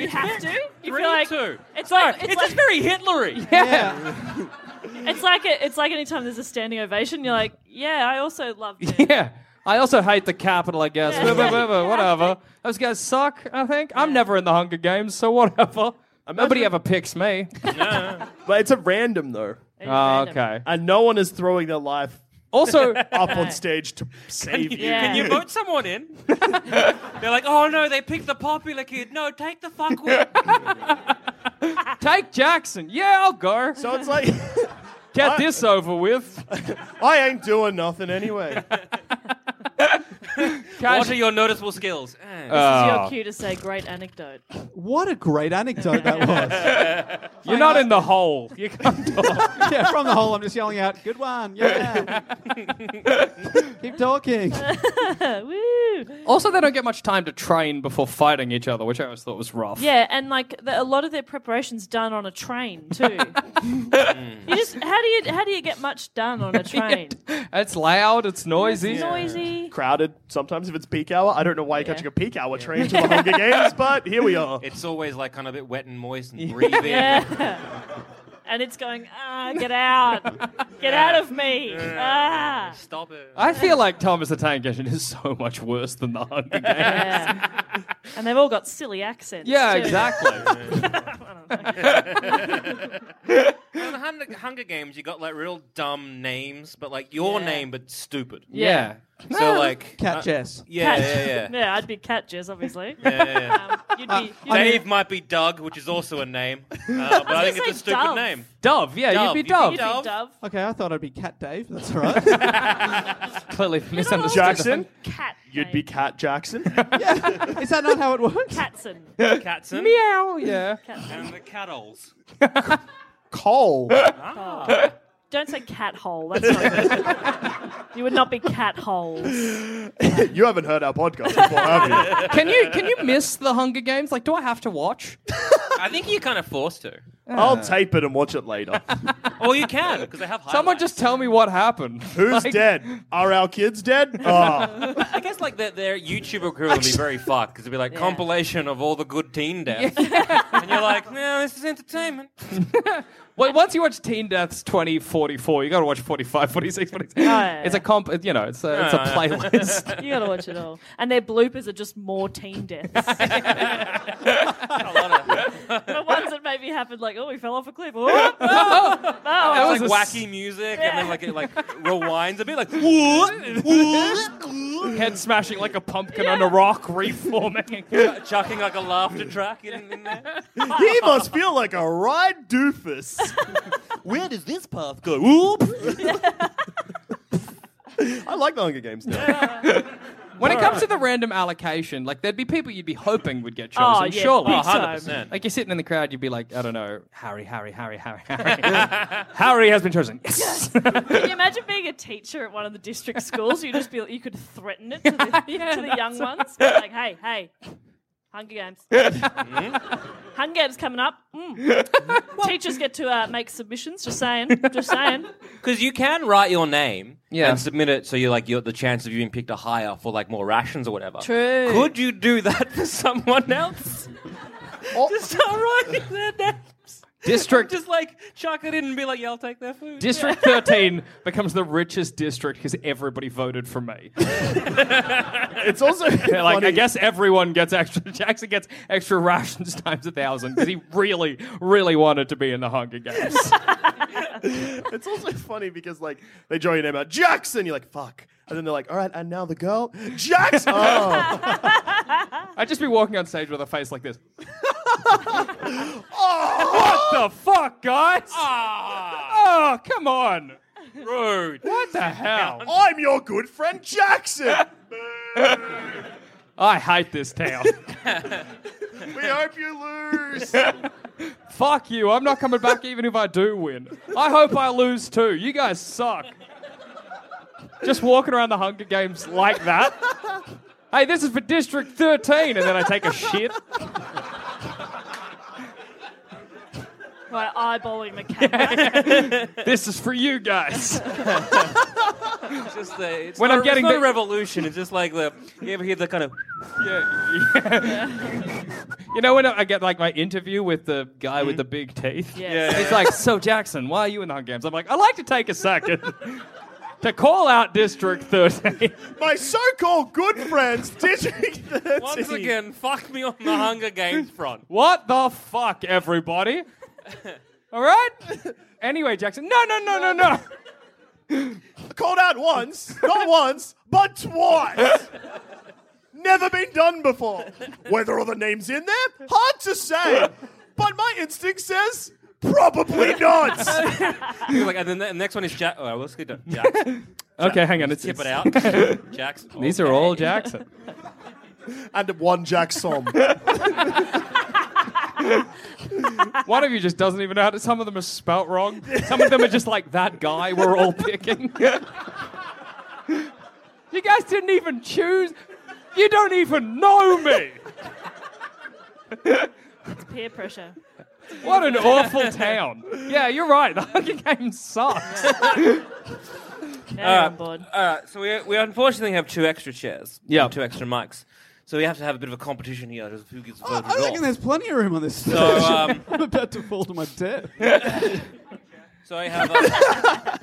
[SPEAKER 6] You have to. You
[SPEAKER 4] Three,
[SPEAKER 6] feel like
[SPEAKER 4] two.
[SPEAKER 6] It's
[SPEAKER 4] Sorry,
[SPEAKER 6] like
[SPEAKER 4] it's,
[SPEAKER 6] it's like,
[SPEAKER 4] just very Hitlery.
[SPEAKER 5] yeah.
[SPEAKER 6] it's like it- it's like anytime there's a standing ovation, you're like, yeah, I also loved
[SPEAKER 3] [laughs]
[SPEAKER 6] it.
[SPEAKER 3] Yeah. I also hate the capital, I guess.
[SPEAKER 6] Yeah.
[SPEAKER 3] Blah, blah, blah, blah, whatever. Those guys suck, I think. I'm never in the Hunger Games, so whatever. Nobody ever picks me.
[SPEAKER 2] But it's a random though,
[SPEAKER 6] And
[SPEAKER 3] oh,
[SPEAKER 6] fandom.
[SPEAKER 3] okay.
[SPEAKER 2] and no one is throwing their life
[SPEAKER 4] [laughs]
[SPEAKER 3] Also,
[SPEAKER 2] up on stage to save you.
[SPEAKER 6] Yeah.
[SPEAKER 4] Can you vote someone in? They're like, oh no, they picked the popular kid. No, take the fuckwit.
[SPEAKER 3] take Jackson. Yeah, I'll go.
[SPEAKER 2] [laughs] So it's like, [laughs]
[SPEAKER 3] Get this over with.
[SPEAKER 2] I ain't doing nothing anyway.
[SPEAKER 4] what are your noticeable [laughs] skills? Eh.
[SPEAKER 6] This is your cue to say great anecdote.
[SPEAKER 5] What a great anecdote that was.
[SPEAKER 3] You're not in the hole. You can't
[SPEAKER 5] yeah, from the hole, I'm just yelling out, good one. Yeah. Keep talking.
[SPEAKER 6] Woo!
[SPEAKER 3] Also, they don't get much time to train before fighting each other, which I always thought was rough. [laughs]
[SPEAKER 6] Yeah, and like the, a lot of their preparations done on a
[SPEAKER 3] [laughs]
[SPEAKER 6] train too. you just how do you how do you get much done on
[SPEAKER 3] [laughs]
[SPEAKER 6] a train?
[SPEAKER 3] It's loud, it's noisy.
[SPEAKER 6] It's noisy.
[SPEAKER 2] Crowded sometimes if it's peak hour. I don't know why you're catching a peak hour train to the Hunger Games, but here we are.
[SPEAKER 4] It's always like kind of a bit wet and moist and breathing.
[SPEAKER 6] Yeah. And it's going, ah, get out. Get out of me. Ah.
[SPEAKER 4] Stop it.
[SPEAKER 3] I feel like Thomas the Tank Engine is so much worse than the Hunger Games.
[SPEAKER 6] Yeah. Ah. And they've all got silly accents.
[SPEAKER 3] yeah,
[SPEAKER 6] too.
[SPEAKER 3] exactly.
[SPEAKER 4] In the Hunger, Hunger Games, you got like real dumb names, but like your
[SPEAKER 6] Yeah.
[SPEAKER 4] name, but stupid.
[SPEAKER 3] [laughs] yeah.
[SPEAKER 4] So like,
[SPEAKER 5] Cat Jess.
[SPEAKER 4] yeah,
[SPEAKER 6] Cat-
[SPEAKER 4] yeah, yeah.
[SPEAKER 6] yeah, I'd be Cat Jess,
[SPEAKER 4] [laughs]
[SPEAKER 6] obviously. Um, you'd be,
[SPEAKER 4] Uh,
[SPEAKER 6] you'd be-
[SPEAKER 4] Dave might be Doug, which is also a name, uh, but I, think it's a
[SPEAKER 6] say
[SPEAKER 4] stupid
[SPEAKER 6] Dove.
[SPEAKER 4] name.
[SPEAKER 3] [laughs] Dove, yeah,
[SPEAKER 4] Dove,
[SPEAKER 3] you'd
[SPEAKER 4] you'd
[SPEAKER 3] be
[SPEAKER 4] be
[SPEAKER 3] Dove.
[SPEAKER 6] you'd be
[SPEAKER 4] Dove.
[SPEAKER 6] Dove.
[SPEAKER 5] Okay, I thought I'd be Cat Dave. That's all right.
[SPEAKER 3] Clearly misunderstood.
[SPEAKER 2] Jackson,
[SPEAKER 6] Cat.
[SPEAKER 2] you'd be Cat Jackson.
[SPEAKER 5] Is that not how it works?
[SPEAKER 6] Catson.
[SPEAKER 4] Catson
[SPEAKER 3] Meow, yeah.
[SPEAKER 4] and the Cattles.
[SPEAKER 2] Cole.
[SPEAKER 6] Don't say cat hole. That's not good. you would not be cat holes.
[SPEAKER 2] You haven't heard our podcast before, have you?
[SPEAKER 3] Can you can you miss the Hunger Games? Like, do I have to watch?
[SPEAKER 4] I think you're kind of forced to,
[SPEAKER 6] [laughs]
[SPEAKER 2] I'll tape it and watch it later.
[SPEAKER 6] Oh
[SPEAKER 4] or you [laughs] can because they have. Highlights.
[SPEAKER 3] Someone just tell me what happened.
[SPEAKER 2] Who's
[SPEAKER 3] Like,
[SPEAKER 2] dead? Are our kids
[SPEAKER 6] [laughs]
[SPEAKER 2] dead? Oh.
[SPEAKER 4] I guess like their, their YouTube equivalent would be very fucked because it'd be like compilation of all the good teen deaths, and you're like, no, this is entertainment. [laughs]
[SPEAKER 3] Well, once you watch Teen Deaths 2044, you got to watch 45, 46, 46.
[SPEAKER 6] yeah,
[SPEAKER 3] It's
[SPEAKER 6] yeah.
[SPEAKER 3] a comp, you know, it's a, Oh, it's a [laughs] playlist.
[SPEAKER 6] You gotta watch it all. And their bloopers are just more teen deaths. the ones that maybe happened like, oh, we fell off a cliff. Oh, no,
[SPEAKER 3] That
[SPEAKER 6] no.
[SPEAKER 3] was a
[SPEAKER 4] It's like
[SPEAKER 3] s-
[SPEAKER 4] wacky music, and then like it [laughs] like rewinds a bit, like "What?"
[SPEAKER 3] Head smashing like a pumpkin on a rock, reforming.
[SPEAKER 4] chucking like a [laughs] laughter track in, in there.
[SPEAKER 2] he must feel like a right doofus. [laughs] Where does this path go? Oop. [laughs] I like the Hunger Games now.
[SPEAKER 3] [laughs] When it comes to the random allocation, like there'd be people you'd be hoping would get chosen,
[SPEAKER 6] Oh, yeah,
[SPEAKER 3] surely.
[SPEAKER 6] big
[SPEAKER 4] Oh,
[SPEAKER 6] time.
[SPEAKER 4] 100%.
[SPEAKER 3] Like you're sitting in the crowd, you'd be like, I don't know, Harry, Harry, Harry, Harry, [laughs] Harry. Harry has been chosen. Yes.
[SPEAKER 6] Can you imagine [laughs] being a teacher at one of the district schools? You just be, you could threaten it to the, to the young ones. Be Like, hey, hey,
[SPEAKER 2] [laughs]
[SPEAKER 6] Hunger Games.
[SPEAKER 2] Mm.
[SPEAKER 6] Hunger Games coming up. Mm.
[SPEAKER 2] [laughs]
[SPEAKER 6] Teachers get to uh, make submissions. Just saying. Just saying.
[SPEAKER 4] Because you can write your name
[SPEAKER 3] Yeah.
[SPEAKER 4] and submit it, so you like you're, the chance of you being picked are higher for like more rations or whatever.
[SPEAKER 6] True.
[SPEAKER 4] Could you do that for someone else?
[SPEAKER 2] Oh.
[SPEAKER 6] [laughs]
[SPEAKER 4] Just start writing their names.
[SPEAKER 3] [laughs] [laughs] District
[SPEAKER 4] Just like chuck it in and be like, "Yeah, I'll take their food."
[SPEAKER 3] District 13 becomes the richest district because everybody voted for me.
[SPEAKER 2] It's
[SPEAKER 4] [laughs]
[SPEAKER 2] also
[SPEAKER 3] They're [laughs] like, I
[SPEAKER 2] funny.
[SPEAKER 3] guess everyone gets extra. [laughs] Jackson gets extra rations [laughs] times a thousand because he really, really wanted to be in the Hunger Games.
[SPEAKER 2] It's also funny because like they draw your name out Jackson. You're like fuck, and then they're like, all right, and now the girl
[SPEAKER 4] [laughs]
[SPEAKER 2] Jackson. oh,
[SPEAKER 3] I'd just be walking on stage with a face like this. what the fuck, guys? Oh, come on.
[SPEAKER 4] Rude.
[SPEAKER 3] What the hell?
[SPEAKER 2] I'm your good friend Jackson.
[SPEAKER 3] I hate this town.
[SPEAKER 2] we hope you
[SPEAKER 6] [laughs]
[SPEAKER 2] lose.
[SPEAKER 3] fuck you. I'm not coming back even if I do win. I hope I lose too. You guys suck. Just walking around the Hunger Games like that. Hey, this is for District 13. And then I take a shit.
[SPEAKER 6] Right, eyeballing the camera.
[SPEAKER 3] This is for you guys. [laughs]
[SPEAKER 4] It's just the, it's
[SPEAKER 3] When
[SPEAKER 4] not,
[SPEAKER 3] I'm getting
[SPEAKER 4] it's not
[SPEAKER 3] the-
[SPEAKER 4] a revolution, it's just like the you ever hear the kind of
[SPEAKER 3] Yeah. you know when I get like my interview with the guy with the big teeth?
[SPEAKER 6] Yes. Yeah.
[SPEAKER 3] He's like, so Jackson, why are you in the Hunger Games? I'm like, I like to take a second [laughs] to call out District 13.
[SPEAKER 2] My so-called good friends District 13.
[SPEAKER 4] [laughs] once again fuck me on the Hunger Games front.
[SPEAKER 3] what the fuck, everybody? All right. Anyway, Jackson, no, no, no, no, no.
[SPEAKER 2] called out once, not once, but twice. Never been done before. Whether all the names in there, hard to say. But my instinct says probably not.
[SPEAKER 4] You're like, and then the next one is Jack. Oh, let's get to Jack.
[SPEAKER 3] Okay, hang on. It's,
[SPEAKER 4] Tip it
[SPEAKER 3] it's-
[SPEAKER 4] out. Jack's.
[SPEAKER 3] These are all Jackson.
[SPEAKER 2] and one Jack [laughs] Som.
[SPEAKER 3] One of you just doesn't even know how to. Some of them are spelt wrong. Some of them are just like that guy we're all picking. [laughs] you guys didn't even choose. You don't even know me.
[SPEAKER 6] Peer pressure.
[SPEAKER 3] What an awful town. Yeah, you're right. [laughs] The Hunger Games sucks.
[SPEAKER 6] Now you're on board.
[SPEAKER 4] Uh, so we, we unfortunately have two extra chairs.
[SPEAKER 3] Yeah.
[SPEAKER 4] and Two extra mics. So we have to have a bit of a competition here. as to Who gets voted
[SPEAKER 5] I reckon
[SPEAKER 4] off.
[SPEAKER 5] there's plenty of room on this stage.
[SPEAKER 4] So, um,
[SPEAKER 5] [laughs] I'm about to fall to my death.
[SPEAKER 4] so I have. Uh,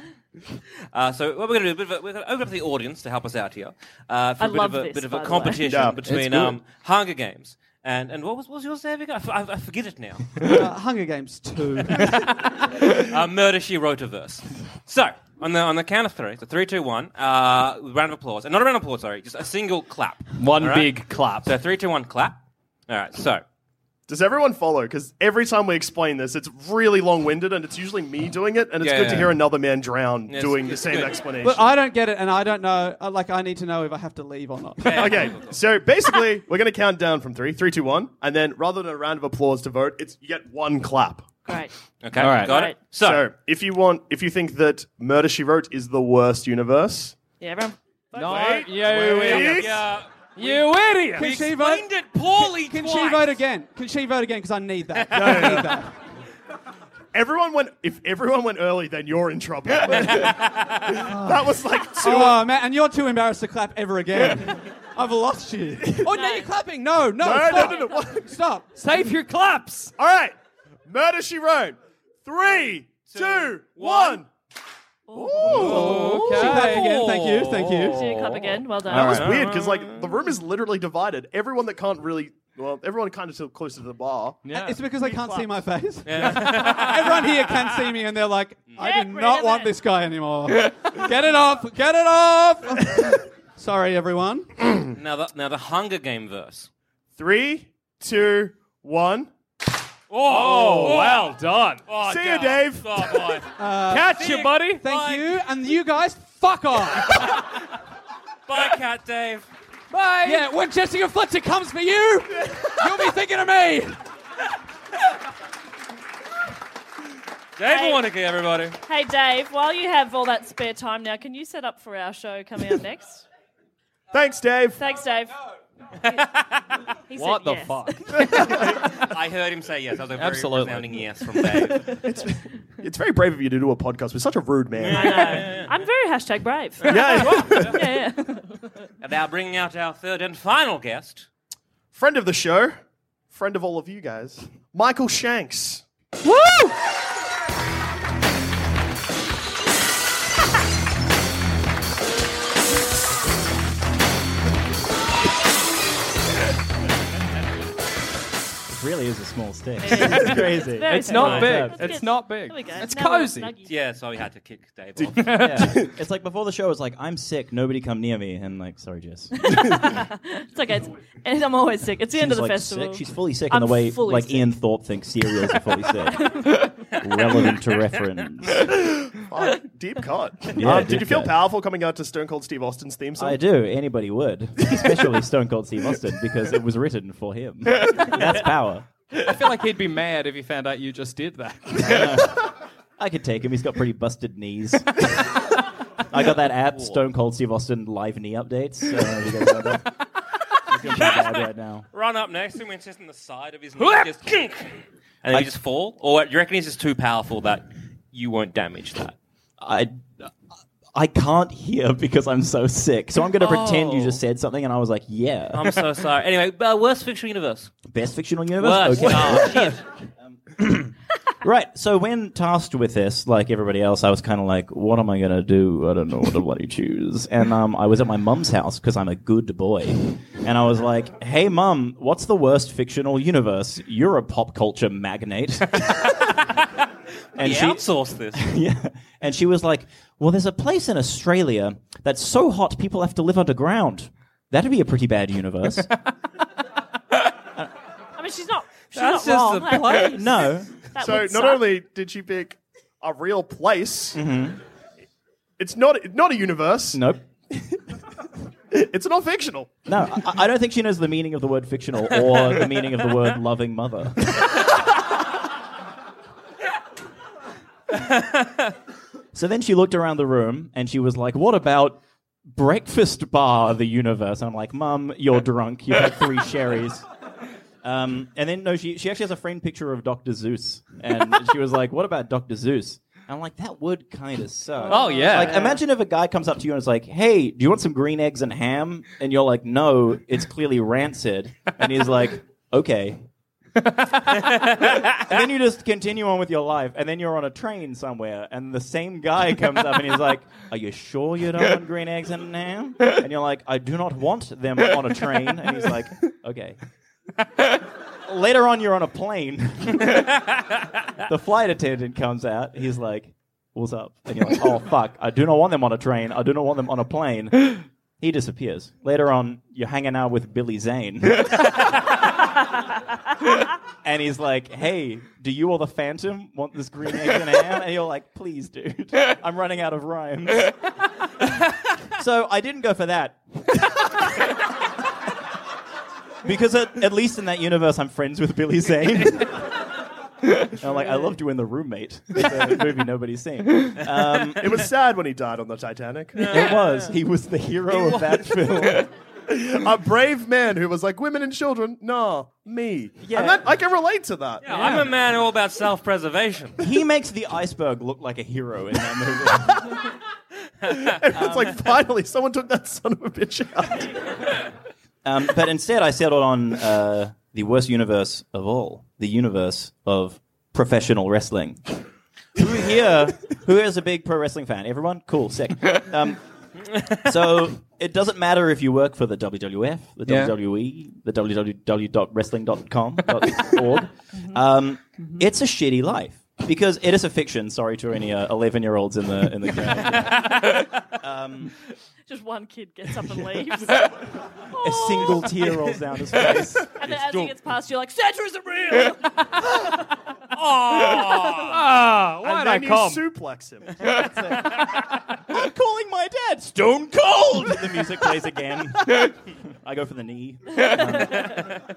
[SPEAKER 4] uh, so what we're going to do? A bit of a, we're going to open up the audience to help us out here uh, for
[SPEAKER 6] I
[SPEAKER 4] a bit
[SPEAKER 6] love
[SPEAKER 4] of a
[SPEAKER 6] this,
[SPEAKER 4] bit of
[SPEAKER 6] by
[SPEAKER 4] a
[SPEAKER 6] the way.
[SPEAKER 4] competition
[SPEAKER 2] Yeah,
[SPEAKER 4] between um, Hunger Games and and what was what was yours there? Vic? I, f- I- I forget it now.
[SPEAKER 5] Uh, Hunger Games 2.
[SPEAKER 4] uh, Murder She Wrote a verse. So on the on the count of three, so three, two, one. Uh, round of applause, and not a round of applause. Sorry, just a single clap.
[SPEAKER 3] One
[SPEAKER 4] All right?
[SPEAKER 3] big clap.
[SPEAKER 4] So three, two, one, clap. All right. So
[SPEAKER 2] Does everyone follow? Because every time we explain this, it's really long-winded, and it's usually me doing it, and it's
[SPEAKER 4] Yeah,
[SPEAKER 2] good
[SPEAKER 4] yeah.
[SPEAKER 2] to hear another man drown
[SPEAKER 4] Yes,
[SPEAKER 2] doing the
[SPEAKER 4] [laughs] it's
[SPEAKER 2] same
[SPEAKER 4] good.
[SPEAKER 2] explanation.
[SPEAKER 5] But I don't get it, and I don't know. I, like, I need to know if I have to leave or not.
[SPEAKER 2] Okay, so basically, we're going to count down from three, three, two, one, and then rather than a round of applause to vote, it's you get one clap.
[SPEAKER 6] Great.
[SPEAKER 4] okay,
[SPEAKER 3] All right.
[SPEAKER 4] got
[SPEAKER 6] Right.
[SPEAKER 4] it. So,
[SPEAKER 2] So if you want, if you think that Murder She Wrote is the worst universe,
[SPEAKER 6] Yeah, everyone.
[SPEAKER 3] no,
[SPEAKER 2] Wait,
[SPEAKER 3] you
[SPEAKER 2] wait.
[SPEAKER 3] idiot. You idiot.
[SPEAKER 5] Can she vote?
[SPEAKER 4] explained it poorly.
[SPEAKER 5] Can she
[SPEAKER 4] twice.
[SPEAKER 5] vote again? Can she vote again? Because I need that. I need that.
[SPEAKER 2] everyone went. If everyone went early, then you're in trouble. [laughs] that was like two.
[SPEAKER 5] Oh, man, and you're too embarrassed to clap ever again. [laughs] I've lost you. Oh, now you're clapping. No, no,
[SPEAKER 2] No, no,
[SPEAKER 5] stop.
[SPEAKER 2] no, no, what?
[SPEAKER 5] [laughs] Stop.
[SPEAKER 3] Save your claps.
[SPEAKER 2] [laughs] All right, Murder She Wrote. Three, two, one.
[SPEAKER 3] Oh. Okay.
[SPEAKER 5] She clapped again. Thank you, Uh, thank
[SPEAKER 3] Oh.
[SPEAKER 6] Do
[SPEAKER 5] you.
[SPEAKER 6] you clap again? Well done.
[SPEAKER 2] That was weird because like the room is literally divided. Everyone that can't really, well, everyone kind of still closer to the bar.
[SPEAKER 3] Yeah.
[SPEAKER 5] It's because I can't see my face.
[SPEAKER 4] Yeah.
[SPEAKER 5] [laughs] Everyone here can see me, and they're like, I
[SPEAKER 6] Get
[SPEAKER 5] do
[SPEAKER 6] rid
[SPEAKER 5] not
[SPEAKER 6] of
[SPEAKER 5] want
[SPEAKER 6] it."
[SPEAKER 5] this guy anymore. Get it off. Get it off. [laughs] Sorry, everyone.
[SPEAKER 4] Now the now the Hunger Game verse.
[SPEAKER 2] Three, two, one.
[SPEAKER 3] Oh, well done.
[SPEAKER 2] See
[SPEAKER 4] Oh,
[SPEAKER 2] you, Dave.
[SPEAKER 4] [laughs] Uh,
[SPEAKER 3] Catch you, buddy.
[SPEAKER 5] Thank you. And you guys, fuck off.
[SPEAKER 4] Bye, Cat Dave.
[SPEAKER 3] [laughs] Bye.
[SPEAKER 5] yeah, when Jessica Fletcher comes for you, you'll be thinking of me.
[SPEAKER 4] Dave
[SPEAKER 6] Hey.
[SPEAKER 4] Warnicki, everybody.
[SPEAKER 6] Hey, Dave, while you have all that spare time now, can you set up for our show coming up next?
[SPEAKER 2] Thanks, Dave.
[SPEAKER 6] Thanks, Dave. [laughs] He
[SPEAKER 3] What the
[SPEAKER 6] said yes.
[SPEAKER 3] fuck?
[SPEAKER 4] [laughs] I heard him say yes. That was a very
[SPEAKER 3] Absolutely.
[SPEAKER 4] resounding yes from Dave. [laughs]
[SPEAKER 2] It's very brave of you to do a podcast with such a rude man.
[SPEAKER 6] I'm very hashtag brave.
[SPEAKER 2] yeah.
[SPEAKER 6] yeah, yeah.
[SPEAKER 4] and now bringing out our third and final guest.
[SPEAKER 2] friend of the show, friend of all of you guys, Michael Shanks.
[SPEAKER 8] [laughs] It really is a small stick. it's crazy.
[SPEAKER 6] very
[SPEAKER 3] It's not
[SPEAKER 6] satisfying.
[SPEAKER 3] big.
[SPEAKER 6] That's
[SPEAKER 3] It's
[SPEAKER 6] good.
[SPEAKER 3] not big.
[SPEAKER 6] There we go.
[SPEAKER 3] It's
[SPEAKER 6] Now we're
[SPEAKER 3] cozy.
[SPEAKER 6] snuggy.
[SPEAKER 4] Yeah, so we had to kick [laughs] Dave off.
[SPEAKER 8] Yeah.
[SPEAKER 6] [laughs]
[SPEAKER 8] It's like before the show, it's like, I'm sick, nobody come near me. And like, sorry, Jess.
[SPEAKER 6] [laughs] It's okay. It's, and I'm always sick. It's the end of
[SPEAKER 8] She's,
[SPEAKER 6] the
[SPEAKER 8] like,
[SPEAKER 6] festival.
[SPEAKER 8] Sick. She's fully sick
[SPEAKER 6] I'm
[SPEAKER 8] in the way
[SPEAKER 6] fully
[SPEAKER 8] like
[SPEAKER 6] sick.
[SPEAKER 8] Ian Thorpe thinks cereals are fully sick.
[SPEAKER 6] [laughs]
[SPEAKER 8] Relevant to reference.
[SPEAKER 2] Oh, deep cut.
[SPEAKER 8] Yeah,
[SPEAKER 2] um, did
[SPEAKER 8] deep
[SPEAKER 2] you feel
[SPEAKER 8] cut.
[SPEAKER 2] powerful coming out to Stone Cold Steve Austin's theme song?
[SPEAKER 8] I do. Anybody would, [laughs] especially Stone Cold Steve Austin, because it was written for him. That's power.
[SPEAKER 3] I feel like he'd be mad if he found out you just did
[SPEAKER 8] [laughs]
[SPEAKER 3] that.
[SPEAKER 8] Uh, I could take him. He's got pretty busted knees. I got that app, Stone Cold
[SPEAKER 6] [laughs]
[SPEAKER 8] Steve Austin live knee updates. So if you guys know that. He's gonna be bad right now.
[SPEAKER 4] Run up next to him and just on the side of his neck, just and then he just fall. Or do you reckon he's just too powerful that you won't damage that?
[SPEAKER 8] I I can't hear because I'm so sick. So I'm going to pretend
[SPEAKER 6] Oh.
[SPEAKER 8] you just said something, and I was like, "Yeah."
[SPEAKER 4] [laughs] I'm so sorry. Anyway, uh, worst fictional universe.
[SPEAKER 8] Best fictional universe.
[SPEAKER 4] Worst.
[SPEAKER 8] Okay.
[SPEAKER 4] Oh, shit.
[SPEAKER 8] Right. So when tasked with this, like everybody else, I was kind of like, "What am I going to do? I don't know what to bloody choose." And um, I was at my mum's house because I'm a good boy, and I was like, "Hey, mum, what's the worst fictional universe? You're a pop culture magnate." and
[SPEAKER 4] And he
[SPEAKER 8] she
[SPEAKER 4] outsourced this.
[SPEAKER 8] yeah. And she was like, Well, there's a place in Australia that's so hot people have to live underground. That'd be a pretty bad
[SPEAKER 3] [laughs]
[SPEAKER 8] universe.
[SPEAKER 6] I mean, she's not. She's
[SPEAKER 3] That's
[SPEAKER 6] not
[SPEAKER 3] just
[SPEAKER 6] wrong.
[SPEAKER 3] the
[SPEAKER 6] Like,
[SPEAKER 3] place.
[SPEAKER 8] no.
[SPEAKER 6] that
[SPEAKER 2] so
[SPEAKER 6] would
[SPEAKER 2] not
[SPEAKER 6] suck.
[SPEAKER 2] only did she pick a real place, it's not not a universe.
[SPEAKER 8] Nope.
[SPEAKER 2] It's not fictional.
[SPEAKER 8] No, I, I don't think she knows the meaning of the word fictional or the meaning of the word loving mother. so then she looked around the room and she was like, What about breakfast bar, the universe? And I'm like, Mum,
[SPEAKER 3] [laughs]
[SPEAKER 8] you're drunk. You've had three sherries. Um, and then, no, she, she actually has a framed picture of Dr. Zeus. And she was like, What about Dr. Zeus? And I'm like, That would kind of suck.
[SPEAKER 3] Oh, yeah.
[SPEAKER 8] Like, imagine if a guy comes up to you and is like, "Hey, do you want some green eggs and ham?" And you're like, "No, it's clearly rancid." And he's like, "Okay." and then you just continue on with your life, and then you're on a train somewhere, and the same guy comes up and he's like, "Are you sure you don't want green eggs and ham?" And you're like, "I do not want them on a train." And he's like, "Okay." Later on, you're on a plane. [laughs] the flight attendant comes out. He's like, what's up? And you're like, oh, fuck, I do not want them on a train. I do not want them on a plane. He disappears. Later on, you're hanging out with Billy Zane. and he's like, hey, do you or the Phantom want this green egg and ham? And you're like, please, dude, I'm running out of [laughs] rhymes. so I didn't go for that. because at, at least in that universe, I'm friends with Billy Zane. And I'm like, I loved you in The Roommate. It's a movie nobody's seen. Um,
[SPEAKER 2] It was sad when he died on the Titanic.
[SPEAKER 8] it was. He was the hero of that film.
[SPEAKER 2] a brave man who was like, women and children, nah, me.
[SPEAKER 8] Yeah.
[SPEAKER 2] And that, I can relate to that.
[SPEAKER 4] I'm a man all about self-preservation.
[SPEAKER 8] He makes the iceberg look like a hero in that movie.
[SPEAKER 2] [laughs] It's like, finally, someone took that son of a bitch out.
[SPEAKER 8] Um, but instead, I settled on uh, the worst universe of all the universe of professional wrestling. Who here? Who is a big pro wrestling fan? Everyone? Cool, sick. Um, so it doesn't matter if you work for the WWF, the
[SPEAKER 3] Yeah.
[SPEAKER 8] WWE, the www.wrestling.com.org. Um, it's a shitty life because it is a fiction. Sorry to any uh, eleven-year-olds in the Um, in the crowd.
[SPEAKER 6] Just one kid gets up and leaves.
[SPEAKER 8] [laughs] a single tear rolls down his face.
[SPEAKER 6] And then as he gets past, you're like, Santa isn't real!
[SPEAKER 3] Ah, why'd
[SPEAKER 2] and
[SPEAKER 3] I
[SPEAKER 2] then you
[SPEAKER 3] come?
[SPEAKER 2] suplex him.
[SPEAKER 8] I'm calling my dad Stone [laughs]
[SPEAKER 3] [laughs]
[SPEAKER 8] Cold. the music plays again. I go for the knee. Um,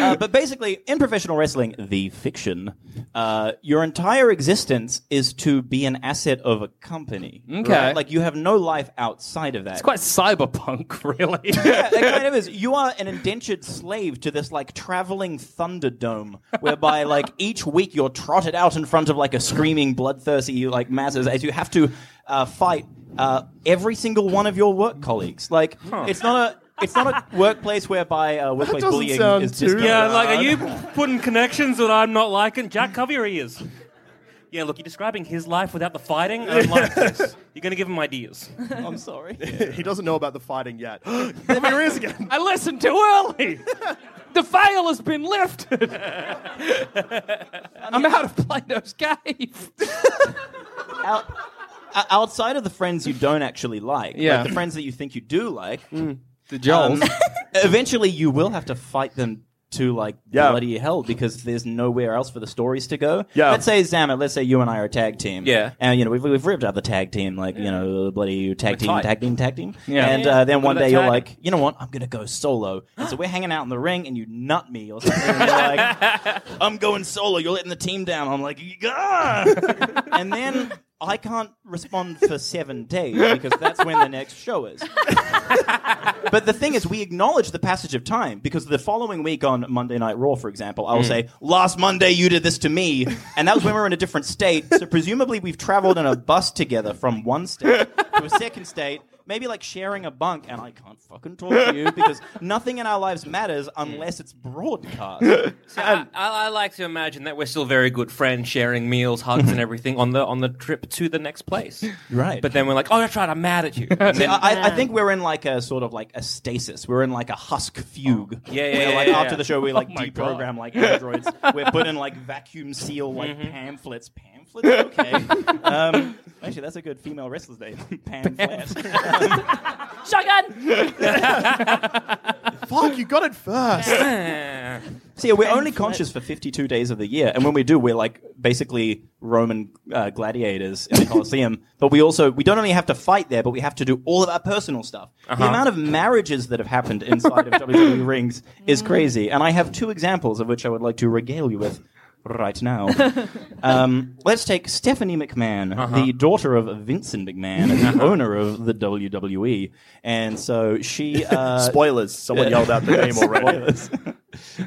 [SPEAKER 8] Uh, but basically, in professional wrestling, the fiction, uh, your entire existence is to be an asset of a company.
[SPEAKER 3] Okay.
[SPEAKER 8] Like you have no life outside of that.
[SPEAKER 3] It's quite cyberpunk, [laughs] really.
[SPEAKER 8] yeah, it kind of is. You are an indentured slave to this like traveling thunderdome, whereby like each week you're trotted out in front of like a screaming, bloodthirsty like masses as you have to uh, fight uh, every single one of your work colleagues. Like it's not a
[SPEAKER 3] [laughs]
[SPEAKER 8] it's not a workplace whereby uh, workplace
[SPEAKER 2] doesn't
[SPEAKER 8] bullying
[SPEAKER 2] sound
[SPEAKER 8] is just
[SPEAKER 2] too [laughs]
[SPEAKER 4] [laughs] Yeah, like, are you putting connections that I'm not liking? Jack, cover your ears. Yeah, look, you're describing his life without the fighting. I don't [laughs] like this. You're going to give him ideas.
[SPEAKER 8] I'm sorry.
[SPEAKER 2] he doesn't know about the fighting yet. [gasps] Let me raise again.
[SPEAKER 3] I listened too early. the veil has been [laughs] lifted. I'm out of Plato's cave.
[SPEAKER 8] [laughs] Out- o- outside of the friends you don't actually like, like,
[SPEAKER 3] Yeah. Mm.
[SPEAKER 8] the friends that you think you do like,
[SPEAKER 3] The
[SPEAKER 8] Um, [laughs] eventually, you will have to fight them to like
[SPEAKER 2] Yeah.
[SPEAKER 8] bloody hell because there's nowhere else for the stories to go.
[SPEAKER 2] Yeah.
[SPEAKER 8] Let's say Zamet, let's say you and I are a tag team.
[SPEAKER 3] Yeah.
[SPEAKER 8] And you know we've we've ripped out the tag team like you know the bloody tag team,
[SPEAKER 3] tight.
[SPEAKER 8] tag team, tag team.
[SPEAKER 3] Yeah.
[SPEAKER 8] And uh, then one
[SPEAKER 4] at that
[SPEAKER 8] day you're
[SPEAKER 4] tag.
[SPEAKER 8] like, you know what? I'm gonna go solo. And so we're hanging out in the ring, and you nut me or something. and you're like, I'm going solo. You're letting the team down. I'm like, "Gah!" and then. I can't respond for seven days because that's when the next show is. But the thing is, we acknowledge the passage of time because the following week on Monday Night Raw, for example, I will say, "Last Monday you did this to me," and that was when we were in a different state. So presumably we've traveled in a bus together from one state to a second state, maybe like sharing a bunk. And I can't fucking talk to you
[SPEAKER 4] [laughs]
[SPEAKER 8] because nothing in our lives matters unless it's broadcast.
[SPEAKER 4] So I, I, I like to imagine that we're still very good friends, sharing meals, hugs, and everything on the on the trip to the next place.
[SPEAKER 8] Mm-hmm. [laughs] Right.
[SPEAKER 4] But then we're like, oh, that's right, I'm mad at you. And
[SPEAKER 8] [laughs] See,
[SPEAKER 4] then-
[SPEAKER 8] I, I- I think we're in like a sort of like a stasis. We're in like a husk fugue.
[SPEAKER 4] Yeah, Oh. yeah,
[SPEAKER 8] Where,
[SPEAKER 4] yeah,
[SPEAKER 8] Like
[SPEAKER 4] yeah, Oh
[SPEAKER 8] after
[SPEAKER 4] yeah.
[SPEAKER 8] the show, we like
[SPEAKER 3] my
[SPEAKER 8] deprogram like androids. we're put in like vacuum seal like
[SPEAKER 4] Mm-hmm.
[SPEAKER 8] pamphlets. Pamphlets,
[SPEAKER 4] [laughs]
[SPEAKER 8] okay. um, actually, that's a good female wrestler's name. [laughs] Pamphlet. Um,
[SPEAKER 4] [laughs]
[SPEAKER 6] Shotgun.
[SPEAKER 2] Fuck, you got it [laughs] first.
[SPEAKER 8] so yeah, we're only conscious for 52 days of the year, and when we do, we're like basically Roman uh, gladiators in the Colosseum. but we also we don't only have to fight there, but we have to do all of our personal stuff. The amount of marriages that have happened inside of WWE rings is crazy, and I have two examples of which I would like to regale you with right now. um, let's take Stephanie McMahon, the daughter of Vincent McMahon, the owner of the WWE, and so she uh,
[SPEAKER 2] Spoilers. Someone yelled out the
[SPEAKER 8] [laughs]
[SPEAKER 2] name already.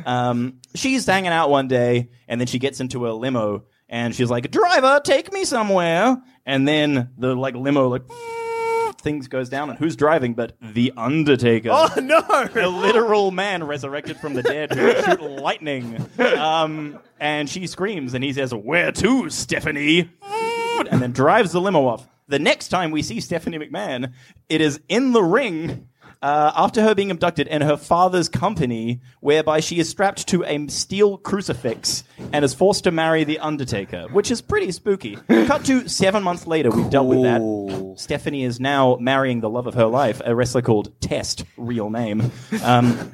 [SPEAKER 8] um, she's hanging out one day, and then she gets into a limo, and she's like, "Driver, take me somewhere." And then the like limo like things goes down, and who's driving but the Undertaker?
[SPEAKER 2] oh no!
[SPEAKER 8] a literal man resurrected from the dead who can shoot lightning. Um, and she screams, and he says, "Where to, Stephanie?" And then drives the limo off. The next time we see Stephanie McMahon, it is in the ring. Uh, after her being abducted and her father's company, whereby she is strapped to a steel crucifix and is forced to marry the Undertaker, which is pretty spooky. Cut to seven months later, we've dealt with that. Stephanie is now marrying the love of her life, a wrestler called Test, real name. Um,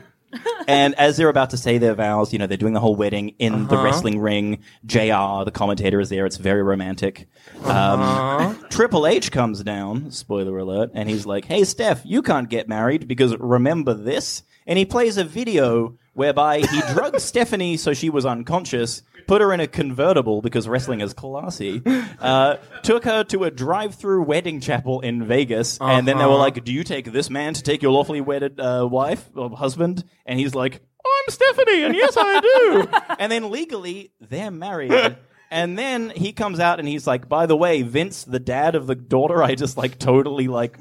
[SPEAKER 8] and as they're about to say their vows, you know, they're doing the whole wedding in the wrestling ring. JR, the commentator, is there. It's very romantic. Um, Triple H comes down, spoiler alert, and he's like, hey, Steph, you can't get married because remember this? And he plays a video whereby he drugged Stephanie so she was unconscious, put her in a convertible because wrestling is classy, uh, took her to a drive through wedding chapel in Vegas, and then they were like, Do you take this man to take your lawfully wedded uh, wife or husband? And he's like, I'm Stephanie, and yes, I do. and then legally, they're married. And then he comes out and he's like, By the way, Vince, the dad of the daughter, I just like totally like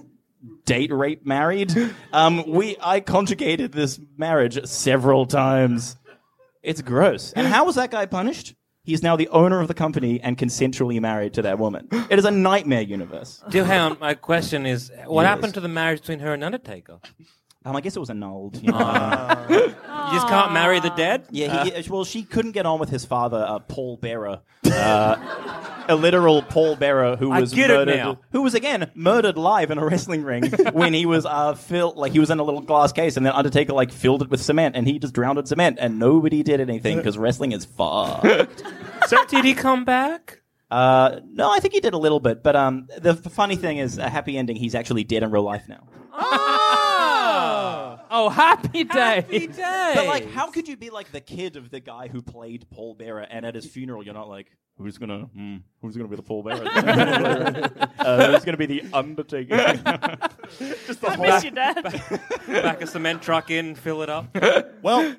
[SPEAKER 8] date rape married. Um, we I conjugated this marriage several times. It's gross. And how was that guy punished? He's now the owner of the company and consensually married to that woman. It is a nightmare universe.
[SPEAKER 4] Still, hang on, my question is, what
[SPEAKER 8] Yes.
[SPEAKER 4] happened to the marriage between her and Undertaker?
[SPEAKER 8] Um, I guess it was annulled. You know?
[SPEAKER 4] You just can't marry the dead?
[SPEAKER 8] yeah, he, well, she couldn't get on with his father, uh, Paul Bearer. Uh, a literal Paul Bearer who
[SPEAKER 4] I
[SPEAKER 8] was
[SPEAKER 4] get it
[SPEAKER 8] murdered,
[SPEAKER 4] now.
[SPEAKER 8] who was again murdered live in a wrestling
[SPEAKER 4] [laughs]
[SPEAKER 8] ring when he was uh, filled, like he was in a little glass case, and then Undertaker like filled it with cement, and he just drowned in cement, and nobody did anything because wrestling is fucked.
[SPEAKER 4] Did he
[SPEAKER 8] [laughs]
[SPEAKER 4] come back?
[SPEAKER 8] Uh, no, I think he did a little bit, but um, the f- funny thing is, a happy ending. He's actually dead in real life now.
[SPEAKER 3] Oh, happy day.
[SPEAKER 4] Happy day.
[SPEAKER 8] But like, how could you be like the kid of the guy who played Paul Bearer, and at his funeral, you're not like, who's gonna, hmm, who's gonna be the Paul
[SPEAKER 4] [laughs]
[SPEAKER 8] Bearer? [laughs] uh, who's gonna be the Undertaker?
[SPEAKER 4] [laughs]
[SPEAKER 2] Just the
[SPEAKER 6] I
[SPEAKER 2] whole.
[SPEAKER 6] miss your dad.
[SPEAKER 4] Back a cement truck in, fill it up.
[SPEAKER 8] [clears throat]
[SPEAKER 2] Well,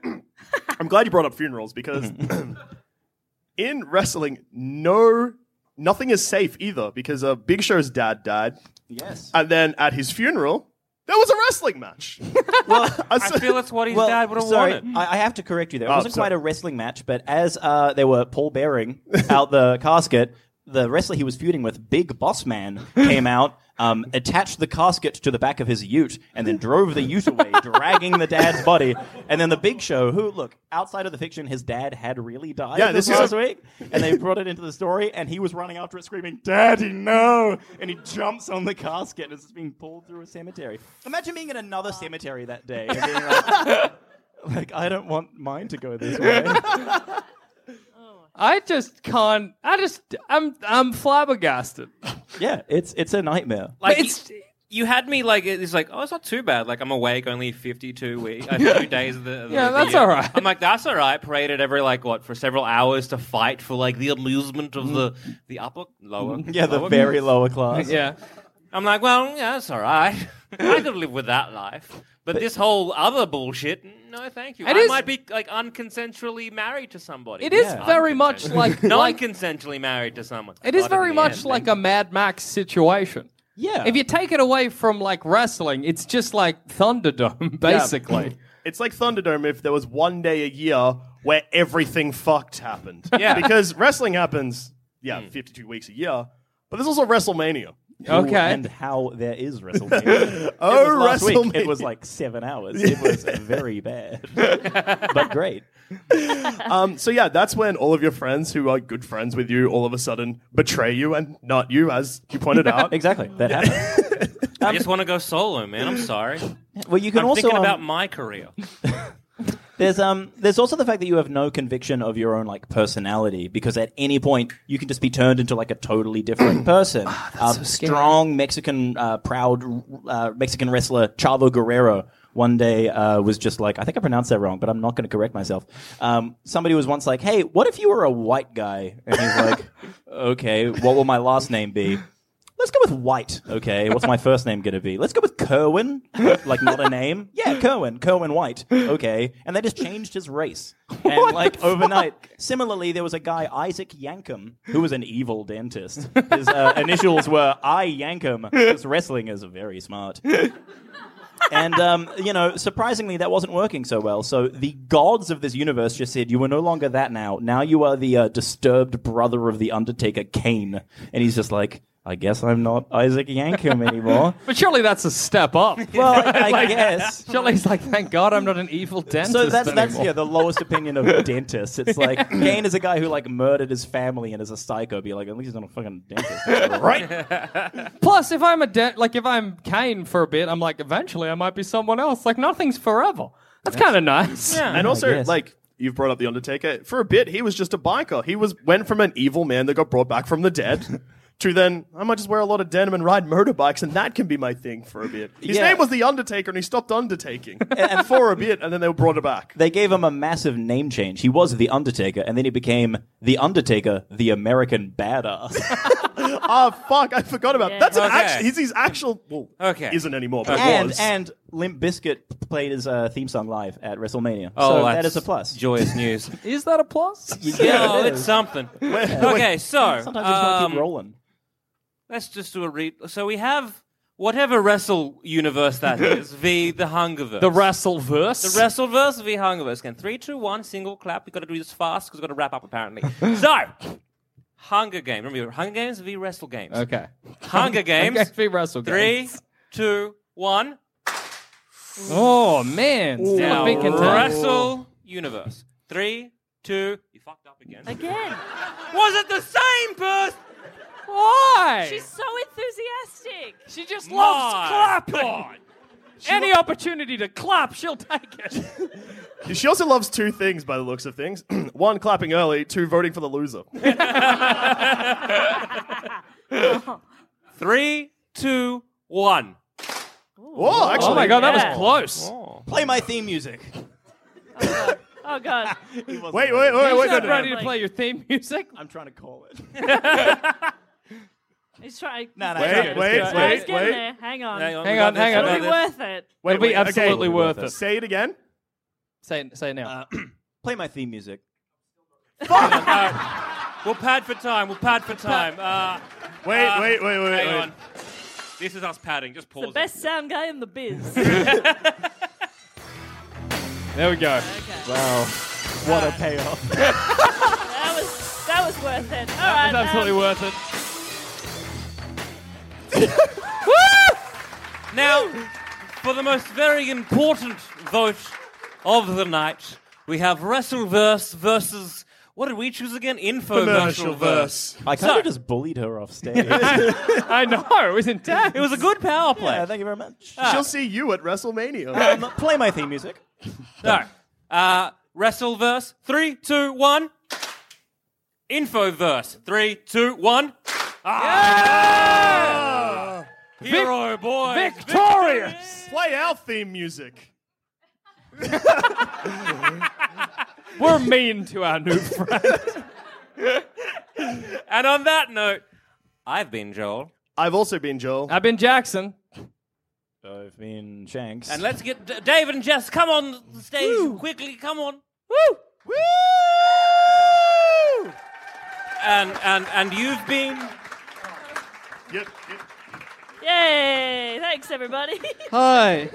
[SPEAKER 2] I'm glad you brought up funerals
[SPEAKER 8] [laughs]
[SPEAKER 2] because
[SPEAKER 8] Mm-hmm.
[SPEAKER 2] [clears throat] in wrestling, no, nothing is safe either because uh, Big Show's dad died,
[SPEAKER 8] yes.
[SPEAKER 2] and then at his funeral. There was a wrestling
[SPEAKER 8] [laughs]
[SPEAKER 2] match. well,
[SPEAKER 4] I
[SPEAKER 2] [laughs]
[SPEAKER 4] feel it's what his
[SPEAKER 8] Well,
[SPEAKER 4] dad would have
[SPEAKER 8] sorry,
[SPEAKER 4] wanted.
[SPEAKER 8] I, I have to correct you there. It
[SPEAKER 2] Oh,
[SPEAKER 8] wasn't
[SPEAKER 2] sorry.
[SPEAKER 8] quite a wrestling match, but as uh, they were Paul Bearing out the
[SPEAKER 2] [laughs]
[SPEAKER 8] casket, the wrestler he was feuding with, Big Boss Man, came out, um, attached the casket to the back of his ute, and then drove the ute
[SPEAKER 2] [laughs]
[SPEAKER 8] away, dragging the dad's body. And then the Big Show, who, look, outside of the fiction, his dad had really died
[SPEAKER 2] Yeah,
[SPEAKER 8] this,
[SPEAKER 2] this is
[SPEAKER 8] last
[SPEAKER 2] a-
[SPEAKER 8] week, and they brought it into the story, and he was running after it screaming, Daddy, no! And he jumps on the casket and it's being pulled through a cemetery. Imagine being in another cemetery that day and being like, like, [laughs] I don't want mine to go this way.
[SPEAKER 3] I just can't. I just. I'm. I'm
[SPEAKER 8] [laughs]
[SPEAKER 3] flabbergasted.
[SPEAKER 8] [laughs] yeah, it's it's a nightmare.
[SPEAKER 4] Like
[SPEAKER 3] But it's-
[SPEAKER 4] you, you had me like it's like oh it's not too bad like I'm awake only 52 weeks
[SPEAKER 3] [laughs]
[SPEAKER 4] uh, few days of the of
[SPEAKER 3] Yeah,
[SPEAKER 4] the
[SPEAKER 3] that's
[SPEAKER 4] year.
[SPEAKER 3] all right.
[SPEAKER 4] I'm like that's all right paraded every like what for several hours to fight for like the amusement of the
[SPEAKER 3] Mm-hmm.
[SPEAKER 4] the upper
[SPEAKER 3] [laughs]
[SPEAKER 4] lower
[SPEAKER 8] Yeah, the
[SPEAKER 4] lower?
[SPEAKER 8] very lower class.
[SPEAKER 3] Yeah.
[SPEAKER 4] I'm like well yeah that's all right [laughs] I could live with that life but, this whole other bullshit no thank you
[SPEAKER 3] It
[SPEAKER 4] I
[SPEAKER 3] is-
[SPEAKER 4] might be like unconsensually married to somebody
[SPEAKER 3] It is
[SPEAKER 8] Yeah.
[SPEAKER 3] very much
[SPEAKER 4] [laughs]
[SPEAKER 3] like. like
[SPEAKER 4] non-consensually married to someone
[SPEAKER 3] it is
[SPEAKER 4] Not in
[SPEAKER 3] very
[SPEAKER 4] the
[SPEAKER 3] much
[SPEAKER 4] end.
[SPEAKER 3] like a Mad Max situation.
[SPEAKER 8] eh? Yeah.
[SPEAKER 3] If you take it away from like wrestling, it's just like Thunderdome, [laughs]
[SPEAKER 8] [clears throat]
[SPEAKER 3] basically.
[SPEAKER 2] [clears throat] It's like Thunderdome if there was one day a year where everything fucked
[SPEAKER 8] [laughs]
[SPEAKER 2] happened.
[SPEAKER 4] Yeah.
[SPEAKER 2] Because wrestling happens,
[SPEAKER 8] Hmm.
[SPEAKER 2] yeah, 52 weeks a year, but there's also WrestleMania.
[SPEAKER 3] okay.
[SPEAKER 8] And how there
[SPEAKER 3] [laughs]
[SPEAKER 8] is WrestleMania.
[SPEAKER 2] Oh,
[SPEAKER 8] it was last Week,
[SPEAKER 2] WrestleMania.
[SPEAKER 8] it was like seven hours.
[SPEAKER 3] [laughs]
[SPEAKER 8] It was very bad, but great.
[SPEAKER 2] Um, so, yeah, that's when all of your friends who are good friends with you all of a sudden betray you and not you, as you
[SPEAKER 8] [laughs]
[SPEAKER 2] pointed out.
[SPEAKER 8] Exactly, that happened.
[SPEAKER 4] I just want to go solo man I'm
[SPEAKER 3] [laughs]
[SPEAKER 4] sorry
[SPEAKER 8] Well, you can
[SPEAKER 4] I'm
[SPEAKER 8] also
[SPEAKER 4] thinking
[SPEAKER 8] um,
[SPEAKER 4] about my
[SPEAKER 8] [laughs]
[SPEAKER 4] career
[SPEAKER 8] There's um there's also the fact that you have no conviction of your own like personality because at any point you can just be turned into like a totally different person. um, strong Mexican uh, proud uh, Mexican wrestler Chavo Guerrero one day uh, was just like I think I pronounced that wrong but I'm not going to correct myself. Um, somebody was once like, "Hey, what if you were a white guy?" And he's like, "Okay, what will my last name be?" Let's go with White. Okay, what's my first name going to be? Let's go with Kerwin. Like not a name. [laughs] Yeah, Kerwin. Kerwin White. Okay, and they just changed his race. And like overnight. Similarly, there was a guy Isaac Yankum who was an evil dentist. His uh, initials were I Yankum. His wrestling is very
[SPEAKER 2] [laughs]
[SPEAKER 8] smart. And um, you know, surprisingly, that wasn't working so well. So the gods of this universe just said, "You are no longer that now. Now you are the uh, disturbed brother of the Undertaker, Kane." And he's just like, "I guess I'm not Isaac Yankum anymore."
[SPEAKER 3] [laughs] But surely that's a step up.
[SPEAKER 8] [laughs] well,
[SPEAKER 3] [laughs]
[SPEAKER 8] I, I guess.
[SPEAKER 3] Surely he's like, thank God I'm not an evil dentist.
[SPEAKER 8] So that's that's
[SPEAKER 3] anymore.
[SPEAKER 8] yeah the lowest
[SPEAKER 3] [laughs]
[SPEAKER 8] opinion of dentists. It's like Kane is a guy who like murdered his family and is a psycho. Be like, at least he's not a fucking dentist, right?
[SPEAKER 3] Plus, if I'm a de- like if I'm Kane for a bit, I'm like, eventually I might be someone else. Like nothing's forever. That's kind of nice.
[SPEAKER 4] yeah
[SPEAKER 2] And also,
[SPEAKER 8] guess.
[SPEAKER 2] like, you've brought up The Undertaker. For a bit, he was just a biker. He was went from an evil man that got brought back from the
[SPEAKER 8] [laughs]
[SPEAKER 2] dead. To then, I might just wear a lot of denim and ride motorbikes, and that can be my thing for a bit. His
[SPEAKER 8] Yeah.
[SPEAKER 2] name was The Undertaker, and he stopped
[SPEAKER 8] [laughs]
[SPEAKER 2] undertaking and for a bit, and then they brought it back.
[SPEAKER 8] They gave him a massive name change. He was the Undertaker, and then he became the Undertaker, the American Badass.
[SPEAKER 2] [laughs] Ah, fuck! I forgot about that's an
[SPEAKER 4] Okay.
[SPEAKER 2] actual. He's his actual. Well,
[SPEAKER 4] Okay.
[SPEAKER 2] isn't anymore, but it
[SPEAKER 8] and
[SPEAKER 2] was.
[SPEAKER 8] and Limp Bizkit played his uh, theme song live at WrestleMania. so that
[SPEAKER 4] Oh, that's
[SPEAKER 8] is a plus. [laughs]
[SPEAKER 4] joyous news
[SPEAKER 3] Is that a plus?
[SPEAKER 4] No, it's something. [laughs] okay, so
[SPEAKER 8] [laughs] Sometimes you just want to
[SPEAKER 4] um,
[SPEAKER 8] keep rolling.
[SPEAKER 4] let's just do a read. So we have whatever wrestle
[SPEAKER 8] [laughs]
[SPEAKER 4] universe that is v the hungerverse.
[SPEAKER 3] The wrestle verse.
[SPEAKER 4] The wrestleverse v hungerverse. Again, three, two, one, single clap. We got to do this fast because we got to wrap
[SPEAKER 8] [laughs]
[SPEAKER 4] up apparently. so, Hunger Games. Remember, Hunger Games v Wrestle Games.
[SPEAKER 3] Okay.
[SPEAKER 8] [laughs]
[SPEAKER 4] Hunger
[SPEAKER 3] [laughs]
[SPEAKER 4] Games.
[SPEAKER 3] Okay, v wrestle
[SPEAKER 4] Three,
[SPEAKER 3] games.
[SPEAKER 4] two, one.
[SPEAKER 3] Oh man, still
[SPEAKER 4] Now,
[SPEAKER 3] a big contender.
[SPEAKER 4] wrestle universe. Three, two. You fucked up again.
[SPEAKER 6] Again.
[SPEAKER 4] [laughs] Was it the same person?
[SPEAKER 3] Why?
[SPEAKER 6] She's so enthusiastic.
[SPEAKER 3] she just
[SPEAKER 4] My
[SPEAKER 3] loves clapping. [laughs] Any opportunity to clap, she'll take it.
[SPEAKER 2] she also loves two things by the looks of things: [clears throat] one, clapping early; two, voting for the [laughs] loser.
[SPEAKER 4] Three, two, one.
[SPEAKER 2] Oh, actually.
[SPEAKER 3] Oh my god, that
[SPEAKER 6] Yeah.
[SPEAKER 3] was close.
[SPEAKER 8] Play my theme music.
[SPEAKER 6] Oh god.
[SPEAKER 2] Wait, wait,
[SPEAKER 3] Wait,
[SPEAKER 2] wait, wait.
[SPEAKER 3] not
[SPEAKER 2] No, no,
[SPEAKER 3] ready
[SPEAKER 2] no.
[SPEAKER 3] to play your theme music.
[SPEAKER 8] I'm trying to call
[SPEAKER 3] [laughs]
[SPEAKER 8] it.
[SPEAKER 6] He's trying.
[SPEAKER 8] No, no,
[SPEAKER 6] he's
[SPEAKER 2] Wait,
[SPEAKER 6] trying-
[SPEAKER 2] wait,
[SPEAKER 6] he's
[SPEAKER 2] wait,
[SPEAKER 6] getting
[SPEAKER 2] wait.
[SPEAKER 6] there. Hang on.
[SPEAKER 4] Hang on,
[SPEAKER 3] Hang
[SPEAKER 4] we got
[SPEAKER 3] on,
[SPEAKER 4] this,
[SPEAKER 3] hang
[SPEAKER 4] we
[SPEAKER 3] on.
[SPEAKER 4] got
[SPEAKER 6] It'll be
[SPEAKER 4] this.
[SPEAKER 6] worth it.
[SPEAKER 2] Wait,
[SPEAKER 3] It'll be
[SPEAKER 2] wait, okay.
[SPEAKER 3] absolutely worth it.
[SPEAKER 2] Say it again.
[SPEAKER 3] Say it, say it now.
[SPEAKER 8] Uh, Play my theme music.
[SPEAKER 4] We'll pad for time. We'll pad for time. Uh,
[SPEAKER 2] Wait,
[SPEAKER 3] Ah.
[SPEAKER 4] uh,
[SPEAKER 2] wait, wait, wait,
[SPEAKER 4] hang
[SPEAKER 2] wait.
[SPEAKER 4] on. This is us padding. Just pause.
[SPEAKER 6] The
[SPEAKER 4] it.
[SPEAKER 6] best sound guy in the biz.
[SPEAKER 3] There we go.
[SPEAKER 8] Wow. What a payoff.
[SPEAKER 6] That was that was worth it. All
[SPEAKER 3] That
[SPEAKER 6] right,
[SPEAKER 3] was absolutely
[SPEAKER 6] um,
[SPEAKER 3] worth it.
[SPEAKER 8] [laughs]
[SPEAKER 4] Now, for the most very important vote of the night, we have Wrestleverse versus. What did we choose again? Infomercial verse.
[SPEAKER 8] I kind
[SPEAKER 4] So-
[SPEAKER 8] of just bullied her off stage.
[SPEAKER 3] [laughs] I know. It was intense.
[SPEAKER 4] It was a good power play.
[SPEAKER 8] yeah, thank you very much.
[SPEAKER 3] Ah.
[SPEAKER 2] She'll see you at WrestleMania.
[SPEAKER 8] Um, play my theme music.
[SPEAKER 4] No. Uh, Wrestleverse. Three, two, one. Infoverse. Three, two, one. Ah! Hero boy.
[SPEAKER 3] Victorious.
[SPEAKER 2] Play our theme music.
[SPEAKER 3] We're mean to our
[SPEAKER 2] [laughs]
[SPEAKER 3] new friend.
[SPEAKER 4] And on that note, I've been Joel.
[SPEAKER 2] I've also been Joel.
[SPEAKER 3] I've been Jackson.
[SPEAKER 8] I've been Shanks.
[SPEAKER 4] And let's get D- Dave and Jess. Come on the stage quickly. Come on.
[SPEAKER 3] [laughs] Woo!
[SPEAKER 4] Woo! And and and you've been.
[SPEAKER 2] Yep, yep.
[SPEAKER 6] Yay! Thanks everybody. [laughs]
[SPEAKER 5] Hi,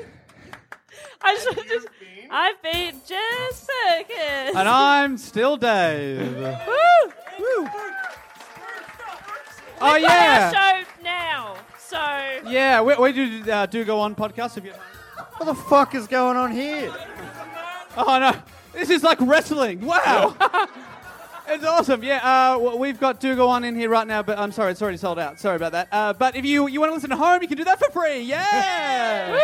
[SPEAKER 6] I just, just I've been Jess Perkins.
[SPEAKER 5] and I'm still Dave.
[SPEAKER 6] Woo!
[SPEAKER 5] Oh
[SPEAKER 6] We've got
[SPEAKER 5] yeah,
[SPEAKER 6] Our show now. So
[SPEAKER 5] yeah. We, we do uh, do go on podcast. If you, what the fuck is going on here? Oh no, this is like wrestling. Wow. [laughs] It's awesome, yeah. Uh, w- we've got Do Go On in here right now, but I'm sorry, it's already sold out. Sorry about that. Uh, but if you you want to listen at home, you can do that for free. Yeah.